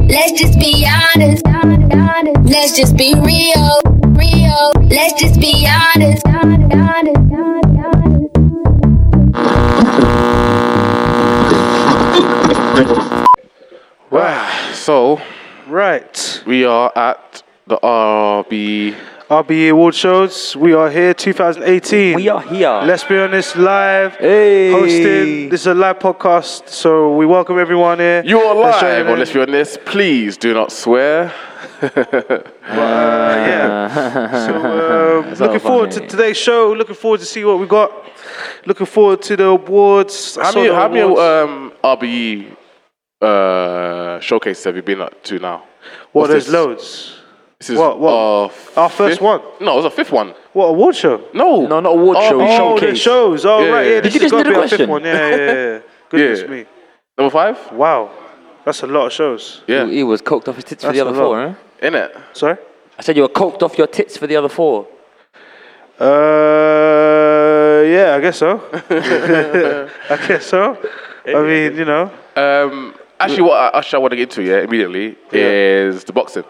Let's just be honest. Let's just be real. Real. Let's just be honest. Right. So Right. we are at the RB. RBE Award Shows. We are here 2018. We are here. Let's be honest, live. Hey. Hosting. This is a live podcast, so we welcome everyone here. You are Let's join live in. on Let's Be Honest. Please do not swear. Uh, yeah. So, um, So looking forward to funny. today's show. Looking forward to see what we got. Looking forward to the awards. I How saw many, the how many awards. um, RBE uh, showcases have you been at to now? well, What's there's this? loads. This is What, what? Our, Our first fifth- one? No, it was our fifth one. What award show? No. No, not award RBE. show, we Oh, the Showcase. shows. Oh, Yeah, right. yeah, Yeah, yeah. this Did you has listen got to to be the our fifth question? one. Yeah, yeah, yeah. yeah. Goodness Yeah. me. Number five? Wow. That's a lot of shows. Yeah. He was coked off his tits for That's the a other lot. four, huh? In it. Sorry? I said you were coked off your tits for the other four. Uh, yeah, I guess so. I guess so. I mean, you know. Um, actually, what I, actually I want to get into yeah immediately is the boxing.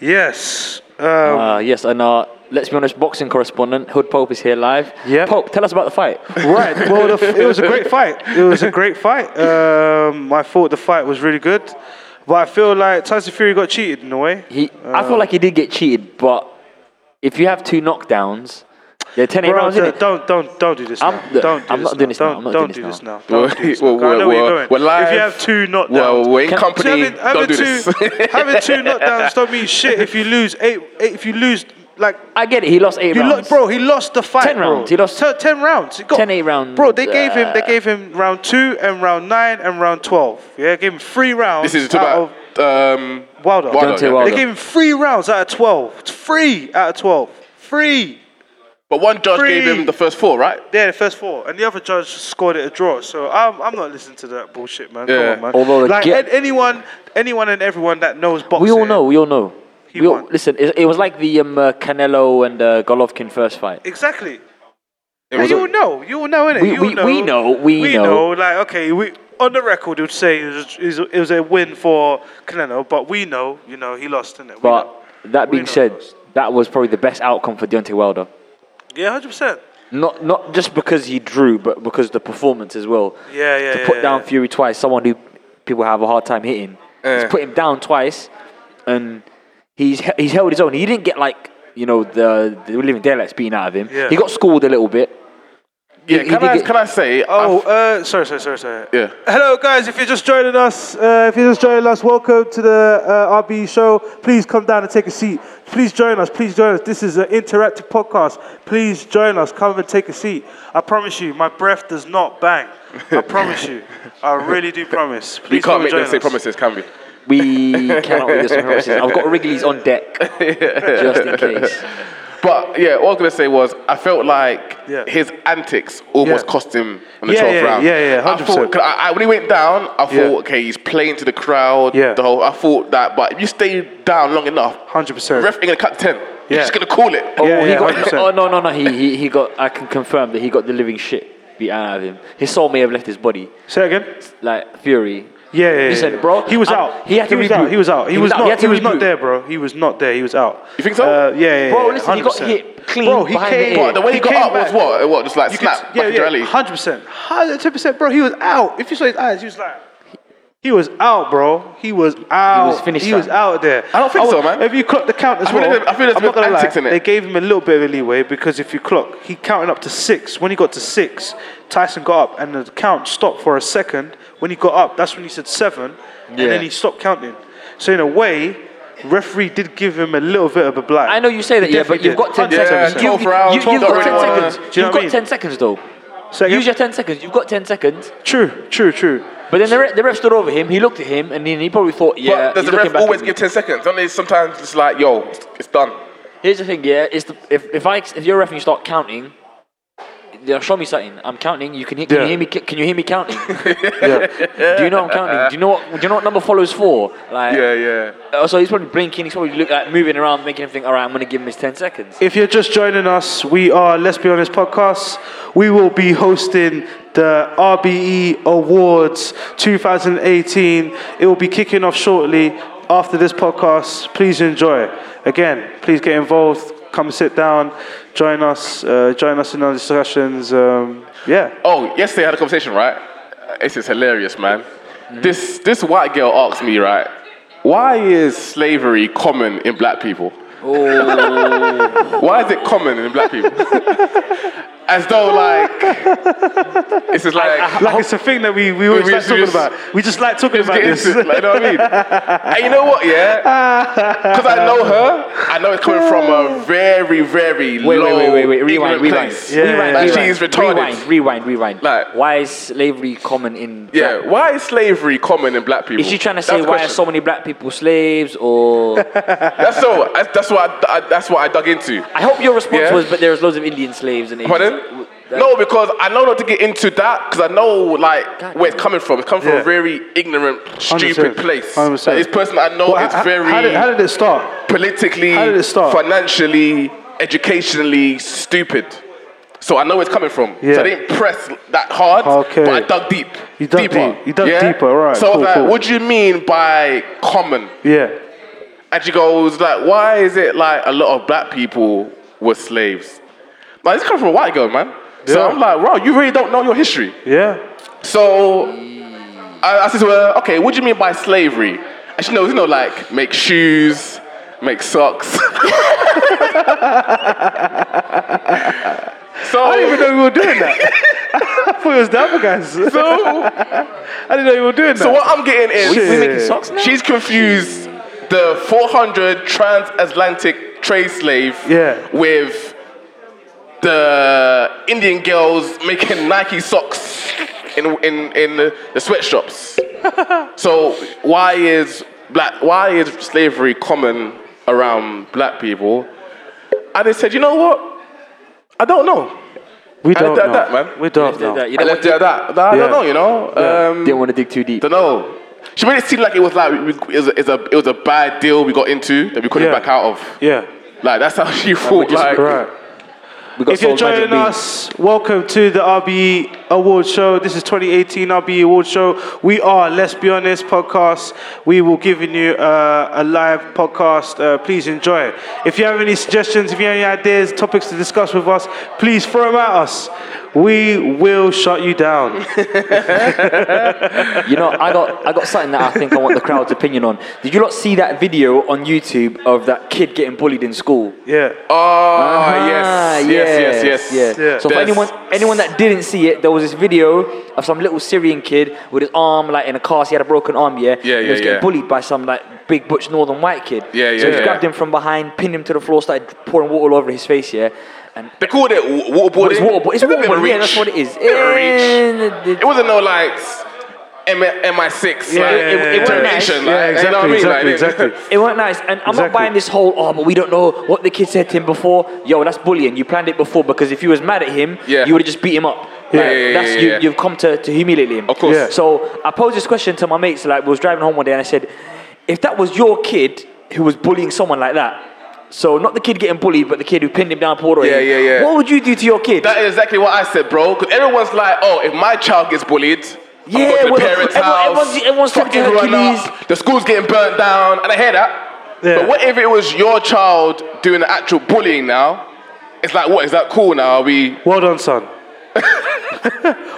Yes. Um, Uh, yes, and uh, let's be honest, boxing correspondent Hood Pope is here live. Yep. Pope, tell us about the fight. right. Well, the, f- it was a great fight. It was a great fight. Um, I thought the fight was really good, but I feel like Tyson Fury got cheated in a way. He, I Uh. feel like he did get cheated, but if you have two knockdowns, they're 10 8 Bro, rounds, d- innit? don't don't don't do this I'm- now. look, Don't do I'm this not doing this now. I'm Don't not don't do doing this this now. now. Don't do this now. We're- I know where you're we're- going. we're live. If you have two knockdowns, Well, we're in Can- company. having, having don't do two this. having two knockdowns don't mean shit. If you lose eight, eight if you lose like I get it, he lost 8 He rounds. lost, bro. He lost the fight. 10 bro. rounds, he lost- Ten- ten rounds. He got, 10, eight rounds, Bro, they gave him. They uh, gave him round two and round nine and round twelve. Yeah, gave him three rounds. This is too out bad. of- Um, Wilder. Deontay yeah. Wilder. They gave him three rounds out of twelve. Three out of twelve. Three. But one judge Three. gave him the first four, right? Yeah, the first four, and the other judge scored it a draw. So I'm, I'm not listening to that bullshit, man. Yeah. Come on, man. Although the like get- an- anyone, anyone and everyone that knows boxing, we all know, we all know. He We all- won. listen, it, it was like the um, uh, Canelo and uh, Golovkin first fight. exactly. It was you a- all know. You all know, innit? We- you we- all know. we know, we know. Like, okay, we on the record, would say it was, it was- it was a win for Canelo, but we know, you know, he lost, innit? We know. But that We being know said, he lost. that was probably the best outcome for Deontay Wilder. yeah, hundred percent. Not not just because he drew, but because the performance as well. Yeah, yeah, To yeah, put yeah, down yeah. Fury twice, someone who people have a hard time hitting. He's Yeah. put him down twice, and he's he- he's held his own. He didn't get like you know the the living daylights beaten out of him. Yeah. He got schooled a little bit. yeah, he can, did I, get- can I say? Oh, uh, sorry, sorry, sorry, sorry. Yeah. Hello, guys. If you're just joining us, uh, if you're just joining us, welcome to the uh, RB show. Please come down and take a seat. Please join us. Please join us. This is an interactive podcast. Please join us. Come and take a seat. I promise you, my breath does not bang. I promise you. I really do promise. Please we come can't and make them join say promises, us. can we? We cannot do this on purposes. I've got Wrigley's on deck just in case. But yeah, all I was gonna say was I felt like Yeah. his antics almost Yeah. cost him on the Yeah, 12th yeah, round. yeah, yeah, I thought 100%. 'cause I, I, when he went down, I thought, Yeah. okay, he's playing to the crowd. Yeah. The whole I thought that, but if you stay down long enough, 100%. ref ain't gonna cut ten. Yeah. He's just gonna call it. Oh, Yeah, he yeah, got, 100%. oh no, no, no. He, he, he got. I can confirm that he got the living shit beat out of him. His soul may have left his body. Say again. Like Fury. Yeah, yeah, He yeah, said, yeah. bro, He was I- out. he had to was reboot. out. He was out. He, was, out. not. He He, had to was not reboot. there, bro. He was not there. He was out. You think so? Uh, yeah, yeah, yeah. Bro, listen, he got 100%. hit clean Bro, he behind the came. ear. But the way he, got came up was back. what? It was just like You snap, could- back into rally. Hundred percent, hundred ten percent, bro. He was out. If you saw his eyes, he was like, he was out, bro. He was out. finished, He was man. out there. I don't think wa- so, man. If you clock the count as I feel well, there's- I feel there's I'm not been gonna antics lie. in it. They gave him a little bit of leeway because if you clock, he counted up to six. When he got to six, Tyson got up and the count stopped for a second. When he got up, that's when he said seven, and then he stopped counting. So in a way. Referee did give him a little bit of a blind. I know you say that, He yeah, but definitely you've did. got 10 Yeah, seconds. 12 you, rounds, have 12 got 10 rounds. seconds. Do you know you've what I got mean? 10 seconds, though. Say again? Use your 10 seconds. You've got 10 seconds. True, true, true. But then the, re- the ref stood over him. He looked at him, and then he probably thought, But yeah. does he's the looking ref back always at me. give ten seconds? Don't they sometimes it's like, yo, it's done. Here's the thing, yeah. It's the, if, if, I, if you're a ref and you start counting, yeah, show me something. I'm counting. You can, hear- can Yeah. you hear me? Can you hear me counting? Yeah. do you know I'm counting? Do you know what? Do you know what number follows four? Like, Yeah, yeah. uh, so he's probably blinking. He's probably look, like moving around, making him think. All right, I'm gonna give him his ten seconds. If you're just joining us, we are Let's Be Honest podcast. We will be hosting the RBE Awards 2018. It will be kicking off shortly after this podcast. Please enjoy. Again, please get involved. Come sit down, join us, uh, join us in our discussions. Um, yeah. Oh, yesterday I had a conversation, right? Uh, This is hilarious, man. This this white girl asked me, right, why is slavery common in black people? Oh. why is it common in black people? As though like this is like Like it's a thing that we, we always We- we- like talking we- about. We just like talking Let's about get this. into it, like, you know what I mean? and you know what, yeah? Because I know her, I know it's coming from a very, very Wait, low, wait, wait, wait, wait. Rewind, ignorant rewind, place. Yeah. rewind, Like, rewind. she's retarded. Rewind, rewind, rewind. Like- why is slavery common in? Yeah, black- why is slavery common in black people? Is she trying to That's say the why are question. so many black people slaves? Or That's so. That's, that's what I, I- That's what I dug into. I hope your response Yeah. was, but there's loads of Indian slaves and. Pardon? No, because I know not to get into that because I know like God where it's coming from. It's coming from Yeah. a very ignorant, stupid 100%. place. 100%. Like, this person I know Well, is how- very how, did, how did it start? politically, How did it start? financially, educationally stupid. So I know where it's coming from. Yeah. So I didn't press that hard, Okay. but I dug deep. You dug deeper. deep. You dug deeper, alright, So I cool, was like, cool. what do you mean by common? Yeah. And she goes, like, why is it like a lot of black people were slaves? Like, this comes from a white girl, man. So Yeah. I'm like, wow, you really don't know your history. Yeah. So I, I said to her, okay, what do you mean by slavery? And she knows, you know, like, make shoes, make socks. so, I didn't even know we were doing that. I thought it was the other guys. so, I didn't know you were doing that. so what I'm getting is, Shit. We're making socks now. She's confused the 400 transatlantic trade slave Yeah. with the Indian girls making Nike socks in, in, in the sweatshops. so why is black why is slavery common around black people? And they said, you know what? I don't know. we I don't did know. that, man. We don't Did know. that, you I know, left it at that. I Yeah. don't know, you know. Um, didn't want to dig too deep. don't know. She made it seem like it was like we, it, was a, it's a- it was a bad deal we got into that we couldn't Yeah. back out of. Yeah. Like that's how she thought. just- Like, Right. We got If you're sold Magic joining Beans. us, welcome to the RBE Award Show. This is 2018 RBE Award Show. We are Let's Be Honest podcast. We will giving you uh, a live podcast. Uh, please enjoy it. If you have any suggestions, if you have any ideas, topics to discuss with us, please throw them at us. We will shut you down. You know, I got I got something that I think I want the crowd's opinion on. Did you not see that video on YouTube of that kid getting bullied in school? yeah. oh Ah, yes, yes, yes, yes, yeah. So for There's- anyone anyone that didn't see it, there was this video of some little Syrian kid with his arm like in a cast. He had a broken arm, yeah. Yeah, And he yeah, was getting yeah. bullied by some like big butch northern white kid. Yeah, yeah, So he yeah. grabbed him from behind, pinned him to the floor, started pouring water all over his face, yeah. And They called it wa- waterboarding. Well, it's waterboard. It's a bit of a waterboard, yeah, that's reach. what it is. Bit of a And reach. it- It wasn't no like s- M- MI6. Yeah, like, yeah, yeah, yeah. interrogation, Yeah, like, exactly, You know what I mean? exactly, like, exactly. It weren't nice, and I'm not Exactly. buying this whole oh, but we don't know what the kid said to him before. Yo, that's bullying. You planned it before because if you was mad at him, Yeah. you would have just beat him up. Yeah. Like, Yeah, yeah, that's yeah, you. yeah. You've come to, to humiliate him. Of course. Yeah. So I posed this question to my mates. Like, we was driving home one day, and I said, if that was your kid who was bullying someone like that. So not the kid getting bullied, but the kid who pinned him down, poured on Yeah, him, yeah, yeah. What would you do to your kid? That is exactly what I said, bro. Because everyone's like, oh, if my child gets bullied, Yeah, I'm going to well, the parents' everyone- house. everyone's- everyone's fuck talking to everyone Hercules. up. The school's getting burnt down, and I hear that. Yeah. But what if it was your child doing the actual bullying now? It's like, what is that cool now? Are we? Well done, son.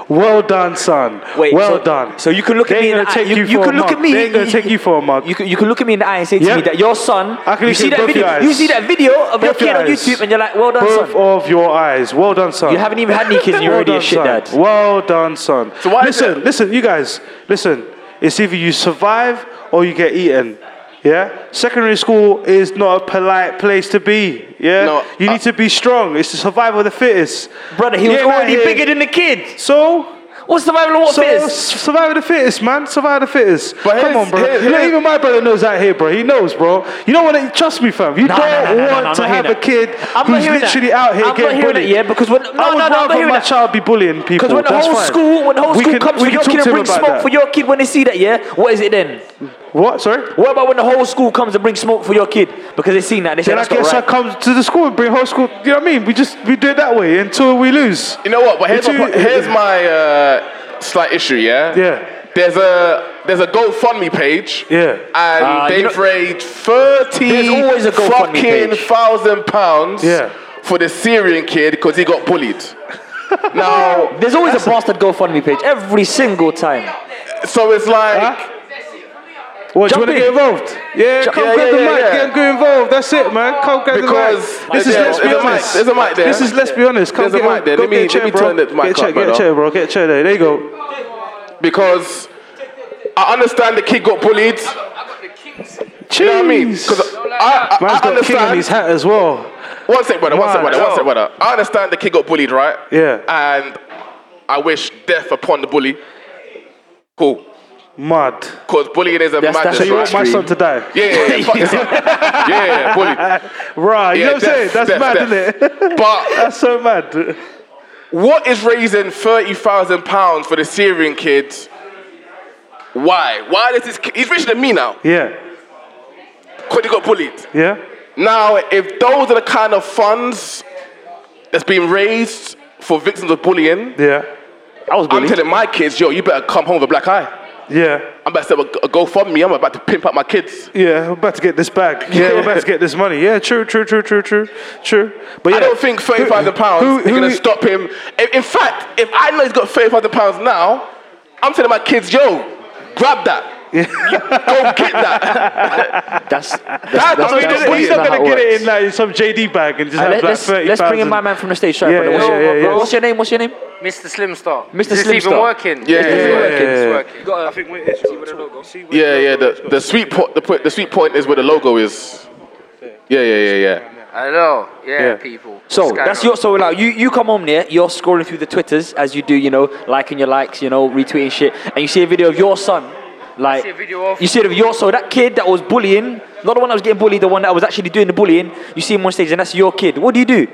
well done, son. Wait, well so- done. so you can look at They me ain't gonna in the eye- take you- you, you for can a look at mug. me- They ain't gonna take you for a mug. You can, you can look at me in the eye and say to Yeah. me that your son. I can you look see at that both your video. eyes. You see that video of Both your your kid on eyes. YouTube, and you're like, well done, Both son. of your eyes. Well done, son. You haven't even had any kids, and you're already done, a shit son. dad. Well done, son. So why is listen, it- listen, you guys, listen. It's either you survive or you get eaten. Yeah? Secondary school is not a polite place to be. Yeah? No, you I- need to be strong. It's the survival of the fittest. Brother, he You was ain't out already here- bigger than the kid. So? What's survival of what So, is? survive the fittest, man. Survive the fittest. But Come here's- on, bro. here- you know, here- even my brother knows that here, bro. He knows, bro. You don't want to trust me, fam. You No, no, don't no, no, no, want no, I'm to not have hearing a that. kid I'm not who's hearing that. literally out here I'm not getting hearing bullied. that, yeah, because when- no, I would no, no, I'm not rather hearing my that. child be bullying people. Because when the That's whole fine. school, when the whole We school can- comes we for can your talk kid to and him bring about smoke that. for your kid when they see that, yeah, what is it then? What? Sorry. What about when the whole school comes and brings smoke for your kid because they seen that? and They say Then I that's not guess I right. come to the school and bring whole school. You know what I mean? We just we do it that way until we lose. You know what? But here's Did my, you- pro- here's my uh, slight issue. Yeah. Yeah. There's a there's a GoFundMe page. Yeah. And Ah, you they've know- raised thirty There's always a GoFundMe fucking page. thousand pounds. Yeah. For the Syrian kid because he got bullied. now, There's always a bastard GoFundMe page every single time. so it's like. Huh? What, do you Jump want to in. get involved? Yeah, Jump- come yeah, grab yeah, the yeah, mic, yeah. Get, get involved. That's it, man. Come grab Because the mic. This is Yeah, let's be there's a mic- honest. there's a mic there. This is let's be honest. Come There's a get mic there. Go Let me- get a chair, let me bro. turn the mic Get a chair, up, get a brother. chair, bro. Get a chair there. There you go. because I understand the kid got bullied. Cheers. You know what I mean? Because I, I, I Man's got king on his understand. hat as well. One sec, brother. One sec, brother. One Wow. sec, brother. I understand the kid got bullied, right? Yeah. And I wish death upon the bully. Cool. Mad. Because bullying is a That's- madness, that's So you want right? my son to die? yeah, yeah, yeah, fuck this up. yeah, yeah, bully. Yeah, Right. You know what I'm saying? That's death, mad, death. isn't it? But That's so mad. what is raising thirty thousand pounds for the Syrian kid? Why? Why does this? Kid, he's richer than me now. Yeah. Because he got bullied. Yeah. Now, if those are the kind of funds that's being raised for victims of bullying, Yeah. I was I'm bullied. telling my kids, yo, you better come home with a black eye. Yeah. I'm about to set up a GoFundMe. I'm about to pimp out my kids. Yeah, we're about to get this back. Yeah, we're about to get this money. Yeah, true, true, true, true, true, true. But yeah, I don't think thirty thousand who- pounds is who- gonna stop him. In in fact, if I know he's got thirty thousand pounds now, I'm telling my kids, yo, grab that. Go get that. That's, that's, That's that's- what that's- he that's did. he's He's not not how gonna get works. it in like some JD bag and just Uh, have let- like Let's, thirty let's bring in my thousand. man from the stage. Sorry, Yeah, brother. What's, yeah, your, yeah, yeah. what's your name? What's your name? Mr. Slimstar. Mr. Is this Slim even Star. working? Yeah, Is this yeah, working? yeah, yeah. It's working. I think we're issue. Yeah, yeah. The, the sweet point, the, point- the sweet point is where the logo is. Yeah, yeah, yeah, yeah. I know. Yeah, Yeah. people. So Skyrocket. that's your so like you you come home there, you're scrolling through the twitters as you do, you know, liking your likes, you know, retweeting shit, and you see a video of your son, like see a video of- you see it of your so that kid that was bullying, not the one that was getting bullied, the one that was actually doing the bullying. You see him on stage, and that's your kid. What do you do?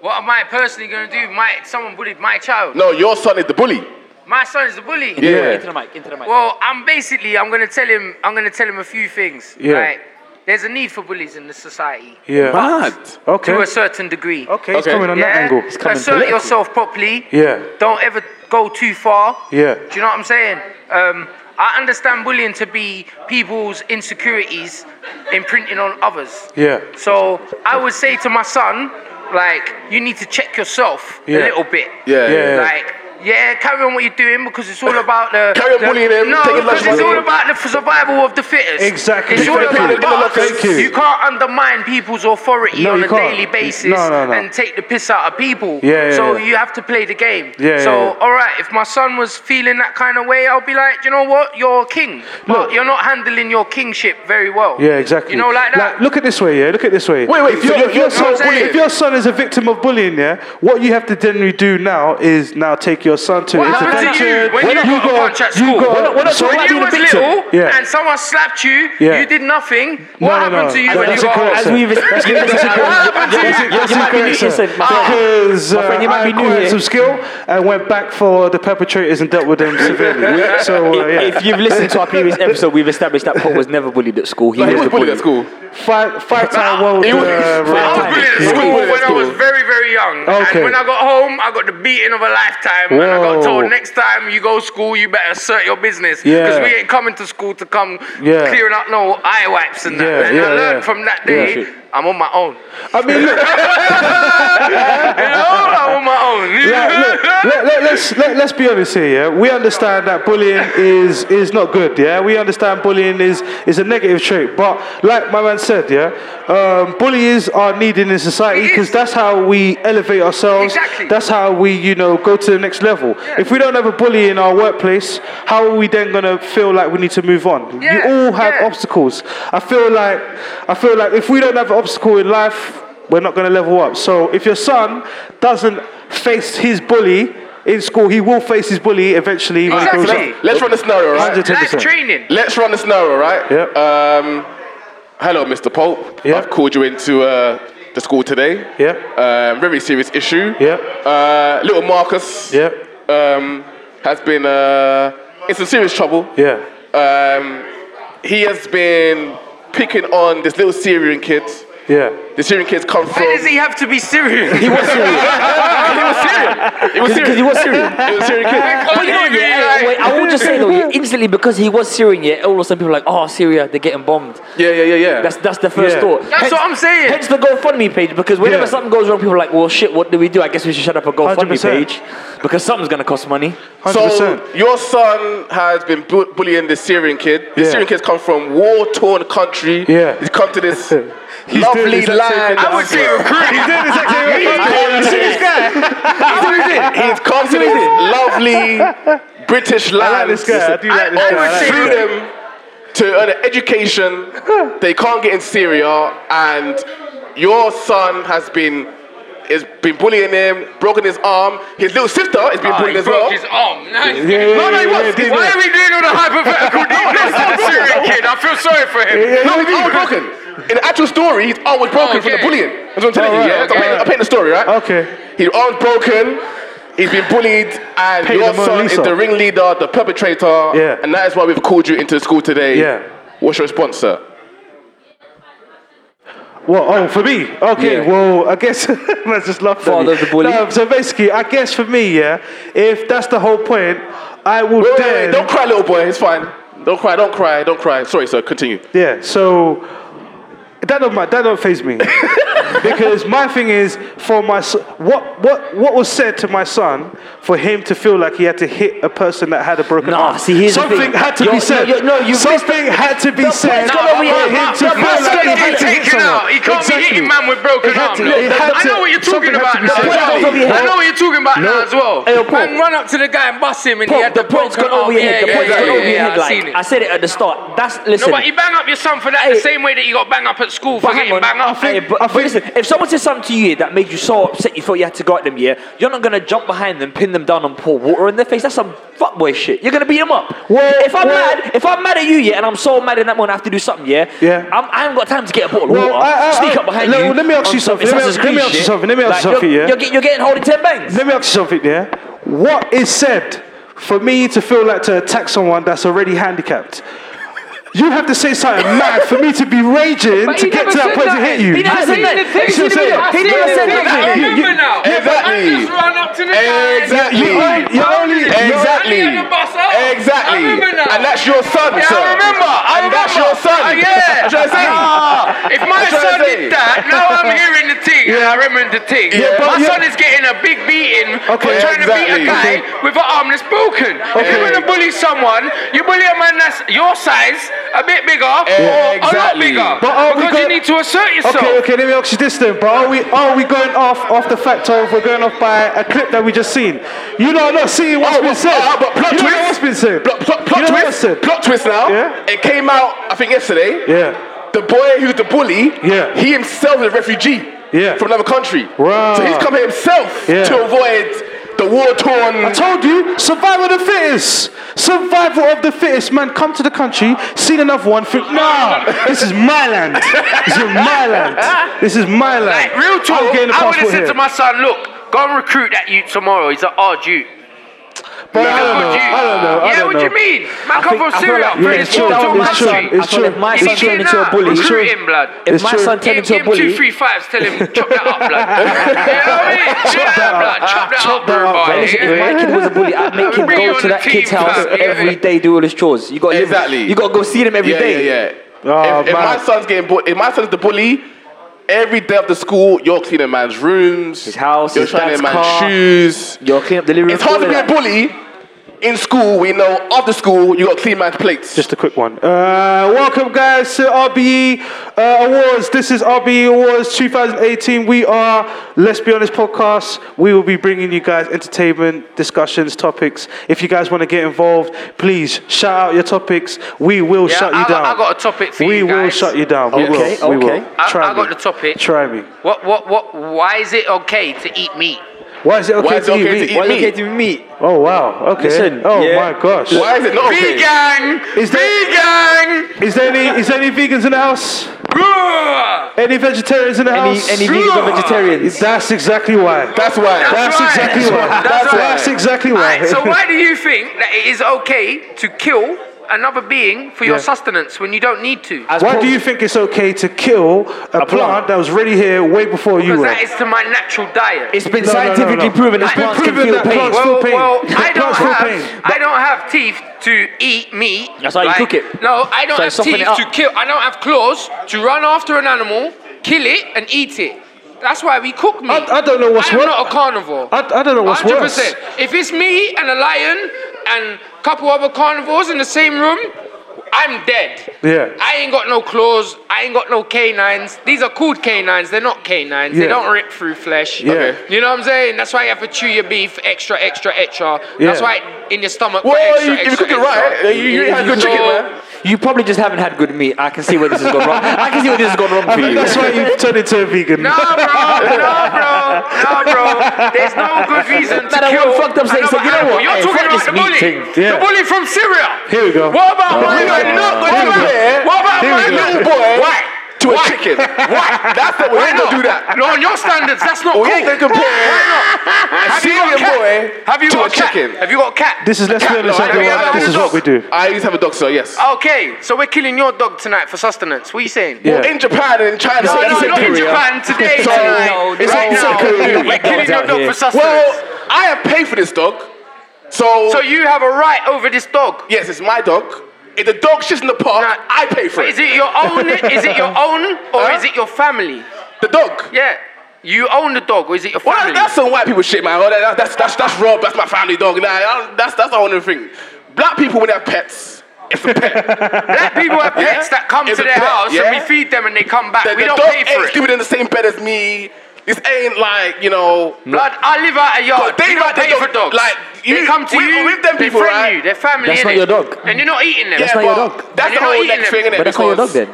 What am I personally going to do? My someone bullied my child. No, your son is the bully. My son is a bully. Yeah. Into the mic, into the mic. Well, I'm basically I'm going to tell him I'm going to tell him a few things. Yeah. Right. There's a need for bullies in this society Yeah. Mad. Okay. to a certain degree. Okay. It's Okay. coming on that Yeah. angle. coming Assert politically. yourself properly. Yeah. Don't ever go too far. Yeah. Do you know what I'm saying? Um, I understand bullying to be people's insecurities imprinting on others. Yeah. So I would say to my son, like, you need to check yourself Yeah. a little bit. Yeah, yeah. Yeah. Like, yeah, carry on what you're doing because it's all about the. Carry on the- bullying him, No, take his because lunch money. it's all about the survival of the fittest. Exactly. It's all Thank about you. the box. Thank you. You can't undermine people's authority No, on you a can't. daily basis No, no, no. and take the piss out of people. Yeah, yeah, so yeah. you have to play the game. Yeah, yeah, so, yeah. all right, if my son was feeling that kind of way, I'll be like, you know what? You're a king. But Look. you're not handling your kingship very well. Yeah, exactly. You know, like that. look at this way, yeah. Look at this way. Wait, wait, If, so your- you're- if you're your son, not bullying? if your son is a victim of bullying, yeah, what you have to generally do now is now take your son to What happened to you intervention. when you got a go- punch at you school? go- We're not- we're not so talking what when about do you being a was victim. little Yeah. and someone slapped you, Yeah. you did nothing. No, what no, happened no. to you That- when you that's got incorrect, home? as sir. we've That's you- incorrect, you- sir. you- you- That's you might be new, incorrect, sir. innocent, my friend. Because uh, My friend, you might I be new acquired here. some skill and went back for the perpetrators and dealt with them severely. so uh, yeah, If you've listened to our previous episode, we've established that Paul was never bullied at school. He He was was the bullied bully. at school. five five time world. He was- uh, five round. I was times. bullied at Yeah. school Bullied at when I school. was very, very young. Okay. And when I got home, I got the beating of a lifetime. And I Whoa. got told, next time you go to school, you better assert your business. Because Yeah. we ain't coming to school to come Yeah. clearing out no eye wipes and that. Yeah, and I yeah, learned yeah. from that Yeah. day, I'm on my own. I mean, look. You know, I'm on my own. Yeah, look, let, let, let's let, let's be honest here. Yeah, we understand that bullying is is not good. Yeah, we understand bullying is is a negative trait. But like my man said, yeah, um, bullies are needed in society It is. because that's how we elevate ourselves. Exactly. That's how we you know go to the next level. If we don't have a bully in our workplace, how are we then gonna feel like we need to move on? Yeah, You all have yeah. obstacles. I feel like I feel like if we don't have an obstacle in life, we're not going to level up. So if your son doesn't face his bully in school, he will face his bully eventually. When he grows Exactly. up. Let's run the scenario, right? 110%. Life training. Let's run the scenario, right? Yep. Um, hello, Mr. Pope. Yep. I've called you into uh, the school today. Yep. Um, very serious issue. Yep. Uh, little Marcus. Yep. Um, has been uh, in some serious trouble. Yeah. Um, he has been picking on this little Syrian kid. Yeah. The Syrian kid's come from. Why does he have to be serious? He was serious. he was Syrian. He was Syrian. he was Syrian. He was Syrian kid. But you know, yeah, wait, I will just say though, yeah, instantly because he was Syrian, yeah, all of a sudden people are like, oh, Syria, they're getting bombed. Yeah, yeah, yeah, yeah. That's that's the first Yeah. thought. That's what I'm saying. Hence the GoFundMe page because whenever Yeah. something goes wrong, people are like, well, shit, what do we do? I guess we should shut up a GoFundMe 100%. page because something's gonna cost money. 100%. So your son has been bu- bullying this Syrian kid. The Yeah. Syrian kid's come from war-torn country. Yeah. He's come to this He's doing lovely this exact same land. thing I would say He's recruiting. doing the exact same thing. He's come to this lovely British land. I like this guy. I do like this I- I guy. would I like say- Through this guy. them to an education they can't get in Syria, and your son has been has been bullying him, broken his arm. His little sister has been Oh, bullied he as well. broke his arm. Now he's Yeah, yeah, No, no, he yeah, was. yeah, He yeah, Why yeah. are we doing all the hypothetical deepness to the Syrian kid? I feel sorry for him. No, his arm was broken. In the actual story, his arm was broken from the Oh, okay. bullying. That's what I'm telling you. Alright, Yeah, I'm, okay. painting, I'm painting the story, right? Okay. His arm's broken. He's been bullied, and Painting your the Mona son is Lisa. the ringleader, the perpetrator. Yeah. And that is why we've called you into the school today. Yeah. What's your response, sir? Well, oh, for me, okay. Yeah. Well, I guess I just laughed. at Father me. of the bully. No, so basically, I guess for me, yeah, if that's the whole point, I will Wait, wait, then. wait, don't cry, little boy. It's fine. Don't cry. Don't cry. Don't cry. Sorry, sir. Continue. Yeah. So that don't ma- that don't phase me because my thing is for my s- what what what was said to my son for him to feel like he had to hit a person that had a broken Nah, arm. see, here's the Something thing. had to You're- be said. no, you're- no, you've missed Something had to be said point's for gone over your him head. to Nah, feel nah, like he Get had to hit taken someone. out. He can't exactly. be hitting man with broken It had arm. to- though. it had I to- know what you're something talking had to about be now. said. Exactly. I know- I know what you're talking about now as well. Hey, yo, Paul. Man run up to the guy and bust him and he Bro, had the point's broken gone over arm. your head. The Yeah, point's yeah, gone over yeah, your yeah, head. I've seen Like it. I said it at the start. That's listen. No, but he bang up your son for that Hey. the same way that he got bang up at school for But hang getting on, bang eh? up. hey, but, but listen, if someone says something to you that made you so upset you thought you had to go at them, yeah, you're not gonna jump behind them, pin them down, and pour water in their face. That's some fuckboy shit. You're gonna beat them up. Well, if I'm well- mad, if I'm mad at you, yeah, and I'm so mad in that moment, I have to do something, yeah. Yeah. I'm, I haven't got time to get a bottle of Well, water. I- I- sneak I- up behind let- you. let me ask you on some something, let me Assassin's ask- let me Creed ask you shit. something, let me ask you you're- something, yeah? You're, get- you're getting holding ten bangs. Let me ask you something, yeah? What is said for me to feel like to attack someone that's already handicapped? You have to say something mad for me to be raging But to he get never to that said point to that. hit you. He never said that. You see what I'm saying? He never said that. I remember now. Exactly. I just ran up to the guy. Exactly. You only- you only- Exactly. I had to bust up. I Exactly. remember now. And that's your son, Yeah, sir. I remember. I and remember. that's your son. Uh, yeah. That's what I'm saying. Nah. If my That's what I'm son saying. did that, now I'm hearing the thing. Yeah. I remember the thing. Yeah, but my yeah. son is getting a big beating for Okay, trying to beat exactly. a guy Okay. with an arm that's broken. If you're gonna bully someone, you bully a man that's your size, a bit bigger, or a lot Exactly. bigger. But are we because you go- need to assert yourself. Okay, okay, let me ask you this then, but are we are we going off off the fact of we're going off by a clip that we just seen? You know, I'm not seeing what's Oh, been but, said. uh, but plot you twist. know what's been said. Plot, plot, you plot know what's twist. said. Plot twist now. Yeah. It came out, I think, yesterday. Yeah. The boy who's the bully, Yeah. he himself is a refugee Yeah. from another country. Right. So he's come here himself Yeah. to avoid the war I torn. told you, survival of the fittest. Survival of the fittest. Man, come to the country, seen enough one, think, nah, this is my land. This is my land. This is my land. Like, real talk, I'm getting a I would have passport said here. to my son, look, go and recruit that youth tomorrow. He's an odd youth. But I He's a don't good know. youth. I don't know. I yeah, don't what know. do you mean? Man, come from I feel Syria. like- for Yeah, his it's true. war That It's was torn my true. country. son. It's I feel true. if my If he son turned did into a that, bully, Recruit him, blood. if my true. son Give, turned into a give him two, bully, three fives. Tell him chop that up, blood. you know what I mean? Chop that up, blood. Chop that up, bro, up, boy. bro. Listen, Yeah. if my kid was a bully, I'd make him Bring you go on to the that kid's team, house fam. Yeah. every day, do all his chores. You got Exactly. You got to go see them every yeah, day. yeah, yeah. Oh, if, if man. my son's getting bu- if my son's the bully, every day after school, you're cleaning man's rooms, his house, you're his shining dad's man's car. shoes. You're cleaning up the living It's room, hard to all be a of bully in school. We know after school you got to clean man's plates. Just a quick one. Uh, welcome, guys, to RBE uh, Awards. This is RBE Awards 2018. We are Let's Be Honest podcast. We will be bringing you guys entertainment, discussions, topics. If you guys want to get involved, please shout out your topics. We will Yeah, shut you I got- down. I got a topic for we you will guys. shut you down. We Okay, will. We okay. will. I, Try I got me. the topic. Try me. What, what, what, why is it okay to eat meat? Why is it okay, Why is it to, okay to eat meat? eat Why is it meat? okay to eat meat? Oh wow. Okay. Listen, oh yeah. my gosh. Why is it not okay? Vegan! Is there, Vegan! is there any is there any vegans in the house? Bruh! Any vegetarians in the Any house? any vegans or vegetarians? That's exactly why. That's why. That's right. exactly That's why. right. That's, That's right. exactly why. Alright, so why do you think that it is okay to kill another being for your sustenance when you don't need to? As Why pro- do you think it's okay to kill a, plant, that was already here way before you Because were? that is to my natural diet. It's been No, no, no, no. scientifically proven that It's been plants can proven feel that pain. plants- still well, pain. well, The I plant's don't still pain. have I don't have teeth to eat meat. That's how you cook it. No, I don't So have soften it teeth up. to kill. I don't have claws to run after an animal, kill it, and eat it. That's why we cook meat. I don't know what's I'm wor- not a carnivore. I, I don't know what's worse. 100%. If it's me and a lion and a couple other carnivores in the same room, I'm dead. Yeah. I ain't got no claws. I ain't got no canines. These are called canines. They're not canines. Yeah. They don't rip through flesh. Yeah. Okay. You know what I'm saying? That's why you have to chew your beef extra, extra, extra. That's Yeah. why in your stomach. for Well, extra, you, if you extra, cook it extra. right, eh, you, you ain't had good chicken, man. You probably just haven't had good meat. I can see where this has gone wrong. I can see where this has gone wrong I for think you. that's why you turned into a vegan. No, bro. No, bro. No, bro. There's no good reason to Man, I kill. went fucked up saying, so another you know animal. what? You're Hey, talking fuck about this the meat bully. thing. Yeah. The bully from Syria. Here we go. What about one here we that go. not going to Here we go. compare What about Here we my go. little little boy? boy Why? to a chicken? Why? That's the way we Why ain't not? going to do that. No, on your standards, that's not We ain't cool. going to compare a Have you got Syrian cat? boy Have you to got a cat? chicken. Have you got a cat? This is let's be Cat, honest. no, I everyone, don't have this a is what we do. I used to have a dog, so yes. Okay, so we're killing your dog tonight for sustenance. What are you saying? Well, in Japan and in China, No, it's no, not in Korea. Japan today. Sorry. tonight, It's right not now, Korea. we're killing your dog for sustenance. Well, I have paid for this dog, so, so you have a right over this dog. yes, it's my dog. If the dog shits in the park, Nah. I pay for it. Is it your own? Is it your own, or Huh? is it your family? The dog. Yeah, you own the dog, or is it your Well, that, family? that's some white people shit, man. Oh, that, that's that's that's Rob. That's my family dog. Nah, I don't- that's that's our only thing. Black people when they have pets, it's a pet. Black people have pets Yeah. that come It's to a their pet, house, yeah. and we feed them, and they come back. the, we the don't dog pay for ain't it. sleeping in the same bed as me. This ain't like you know. Blood, I live out a yard. But they They like don't the pay dog- for dogs. like, they you- come to with- you. with them they people, friend right? you. They're family. That's not innit? your dog. And you're not eating them. yeah, not your but dog. That's the You're not whole eating next them. thing, innit? But that's not your Because dog,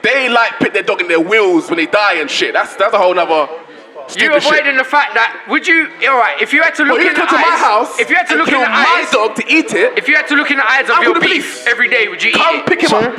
then. They like put their dog in their wheels when they die and shit. That's that's a whole nother. You stupid shit. avoiding the fact that would you? All right, if you had to But look you in the come to my eyes- house. if you had to and look in kill the my eyes, dog to eat it, if you had to look in the eyes of I'm your gonna beef beef. every day, would you eat come it? pick him up.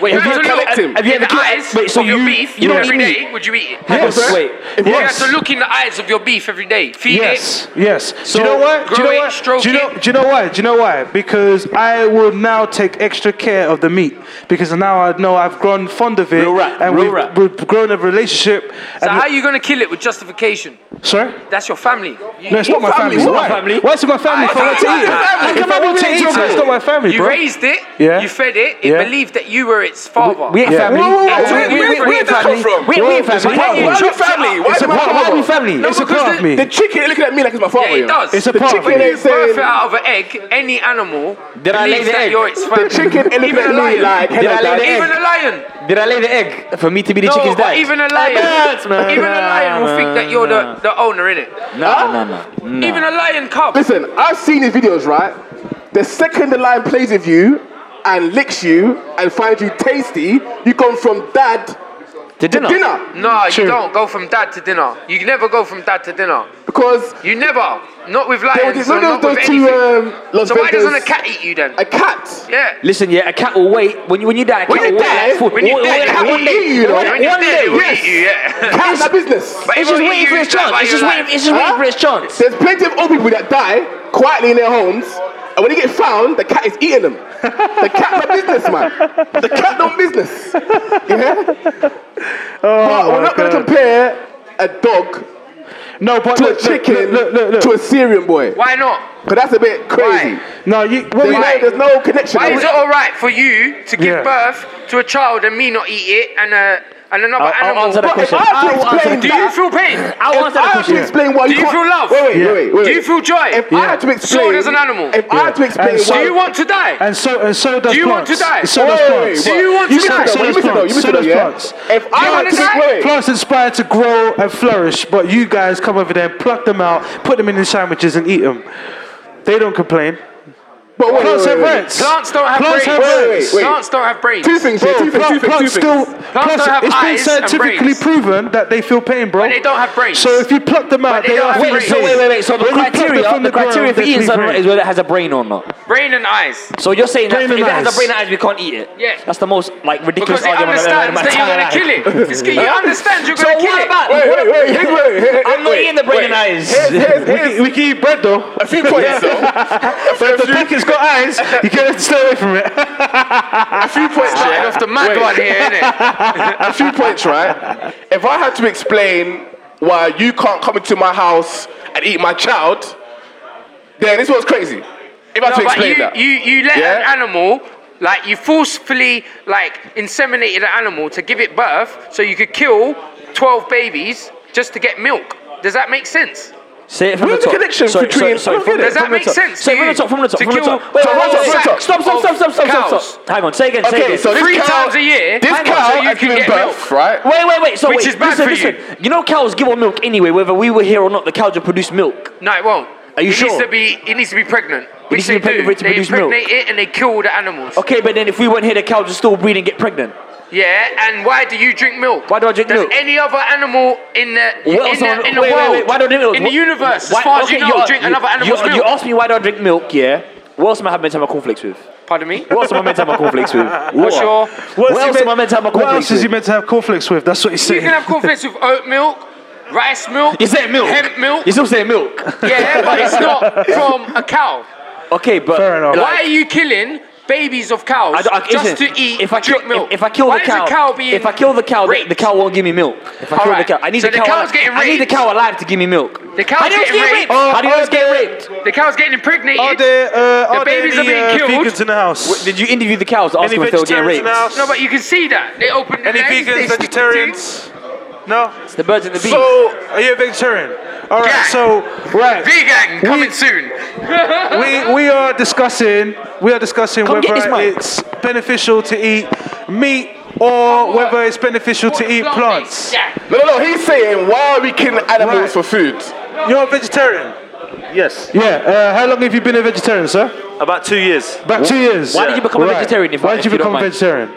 Wait, If have you you, had to killed- look collect him. have you in ever the killed? eyes Wait, so of you your beef you don't every eat day, meat. would you eat it? Hang on, Yes. Wait, If You have Yes. to look in the eyes of your beef every day. Feed Yes, it. yes. do you So- know why? Do you Grow know it, why? stroke do you know? it. Do you know why? Do you know why? Because I will now take extra care of the meat because now I know I've grown fond of it, Real rap, and real we've, rap. we've grown a relationship. So and how are you gonna kill it with justification? Sorry. That's your family. No, it's not my family. It's not Why? my family. Why is it my family? If I want to I- eat it, I- if I want to eat it, it's not my family, you bro. raised it. Yeah. You fed it. It Yeah. believed that you were its father. We ain't Yeah. family. Whoa, whoa, whoa, We- where- we- where- we- where We did ain't that come family. from? We we ain't Whoa, it's a problem. family. Why Why you- are you family? Why It's is a my part father? of me family. No, it's a because part of the- me. The chicken ain't looking at me like it's my father. Yeah, you it know? does. It's a the part chicken of it. is birthed out of an egg. Any animal Did I lay believes the that egg? you're its family. The chicken ain't looking even at a me lion. like Did I lay the even egg? a lion. Did I lay the egg for me to be the chicken's no, but dad? even a lion. That's man. Even a lion will think that you're the, the owner, innit? No, no, no. no. Even a lion cub. Listen, I've seen these videos, right? The second the lion plays with you and licks you and finds you tasty, you come from dad to To dinner. dinner. No, you don't go from dad to dinner. You can never go from dad to dinner. Because You never. Not with there was lions this or video not done with to anything. um, uh, Las So why Vegas. doesn't a cat eat you then? A cat. Yeah. Listen, yeah, a cat will wait. When you when you die, a cat When you will die- wait. like- when you wait, die, wait, a cat one will day- eat you, you know? one- When you're One dead, day, it will yes. eat you, yeah. Cat's a business. But it It's will just eat waiting you for its that chance. by It's your just waiting. life. It's just Huh? waiting for its chance. There's plenty of old people that die quietly in their homes, and when they get found, the cat is eating them. The cat's a business, man. The cat don't business. Yeah? Oh but we're my not going to God. compare a dog No, but to a look, look, chicken Look, look, look. to a Syrian boy. Why not? Because that's a bit crazy. No, you. What There's we, no, there's no connection. Why is it all right for you to give Yeah. birth to a child and me not eat it and uh, and another I'll- I'll animal? answer that But if question. I I have will to answer explain the Do that- you feel pain? I if answer I that have to question. explain why Do you you can't- feel love? Wait, wait, Yeah. wait, wait. Do you feel joy? If I have to explain, So does an animal. If I have to explain, And so- Do why- you want to die? and so and so does Do you want plants. to die? So does Wait, wait, plants. wait. Do you want you to missed it die? though, You So does missed it though. You plants. missed it So though. Yeah. does plants. If I had wanna to die? explain, Plants inspire to grow and flourish, but you guys come over there, pluck them out, put them in the sandwiches, and eat them. They don't complain. but wait, wait, Plants wait, have wait. rights. Plants don't have Plants brains. have Wait, wait, rights. wait. Plants don't have brains. Two things here. Bro, Two things. plant- Two things. plants Two things. still Plants Plus, don't have it's been eyes and scientifically brains. proven that they feel pain, bro. But they don't have brains. So if you pluck them out, they they, don't are have feeling brains. So pain. wait, wait, wait. So the When you pluck them criteria, from the ground, criteria for they eating feel something pain. is whether it has a brain or not. Brain and eyes. So you're saying Brain that if and it has eyes. a brain and eyes, we can't eat it. Yeah. That's the most like ridiculous Because it argument I've ever heard in understands my that you're entire gonna kill life. it. It's, it understands you're So gonna kill what it. about? Wait, wait, wait, wait, wait, wait. I'm not wait, eating the brain and wait. eyes. Here's, here's, We here's can, we can eat bread though. a few points though. So But if a the few, packet's got eyes, you can't stay away from it. a few points Starting yeah. off the mad Wait. one here, innit? a few points, right? If I had to explain why you can't come into my house and eat my child, then this was crazy. If I had to No, but explain you, that. you, you let Yeah? an animal, like you forcefully, like inseminated an animal to give it birth, so you could kill 12 babies just to get milk. Does that make sense? Say it from Where's the the top. connection Sorry, between- sorry, I sorry, don't from get the- it. Does that from make the top. sense to Say from the you? top, from the top, To from the kill top. Wait, a wait, whole wait, wait. Stop, sack stop, stop, stop, stop, stop, cows. stop. Hang on, say again, say Okay, again. so this Three cow, times a year, This hang on, cow so you had can given get birth, milk. right? Wait, wait, wait. So Which wait, is bad listen, for you. listen. You. know cows give on milk anyway, whether we were here or not. The cow just produce milk. No, it won't. Are you it Needs sure? to be, it needs to be pregnant. needs Which to be they pregnant do. for it to they produce milk. impregnate it and they kill the animals. Okay, but then if we weren't here, the cow would still breed and get pregnant. Yeah, and why do you drink milk? Why do I drink Does milk? any other animal in the What else in on- the, in the wait, wait, world, wait, why do I drink milk? in the What- universe, why- as far as okay, you know, you're- drink you- another animal's you, milk? You asked me why do I drink milk, yeah? What else am I having to have my cornflakes with? Pardon me. What else am I meant to have my cornflakes with? What? What's your? What he else am I meant to have my What else cornflakes is he with? meant to have cornflakes with? That's what he's You saying. can have cornflakes with oat milk, rice milk. You're saying milk. Hemp milk. You're still saying milk. Yeah, but it's not from a cow. Okay, but Fair enough. Why are you killing babies of cows I, don't- I, just listen, to eat if I drink kill, milk? If, if I kill Why the is cow, a cow being if I kill the cow, the, raped? the cow won't give me milk. If I kill Alright, the cow, I need so the the cow. cow's alive- getting I need the raped. cow alive to give me milk. The cow's How do you getting get raped. raped? How do you Oh, always get okay. raped? the cow's getting impregnated. Are there, uh, are there babies any, are being uh, killed. vegans in the house? What, Did you interview the cows to ask any them if they were getting vegetarians in raped? the house? No, but you can see that they open. any the legs, vegans, they stick it to- vegetarians? No. It's the birds and the bees. So, are you a vegetarian? All right. Yeah. So, right. Vegan coming soon. we we are discussing we are discussing Come get whether this mic. it's beneficial to eat meat or whether it's beneficial to eat plants. Yeah. No, no, no. He's saying why are we killing animals Right. for food? You're a vegetarian. Yes, Yeah. Uh, how long have you been a vegetarian, sir? about two years. About two years. Why did you become a vegetarian? If Why if did you don't become a mind? vegetarian?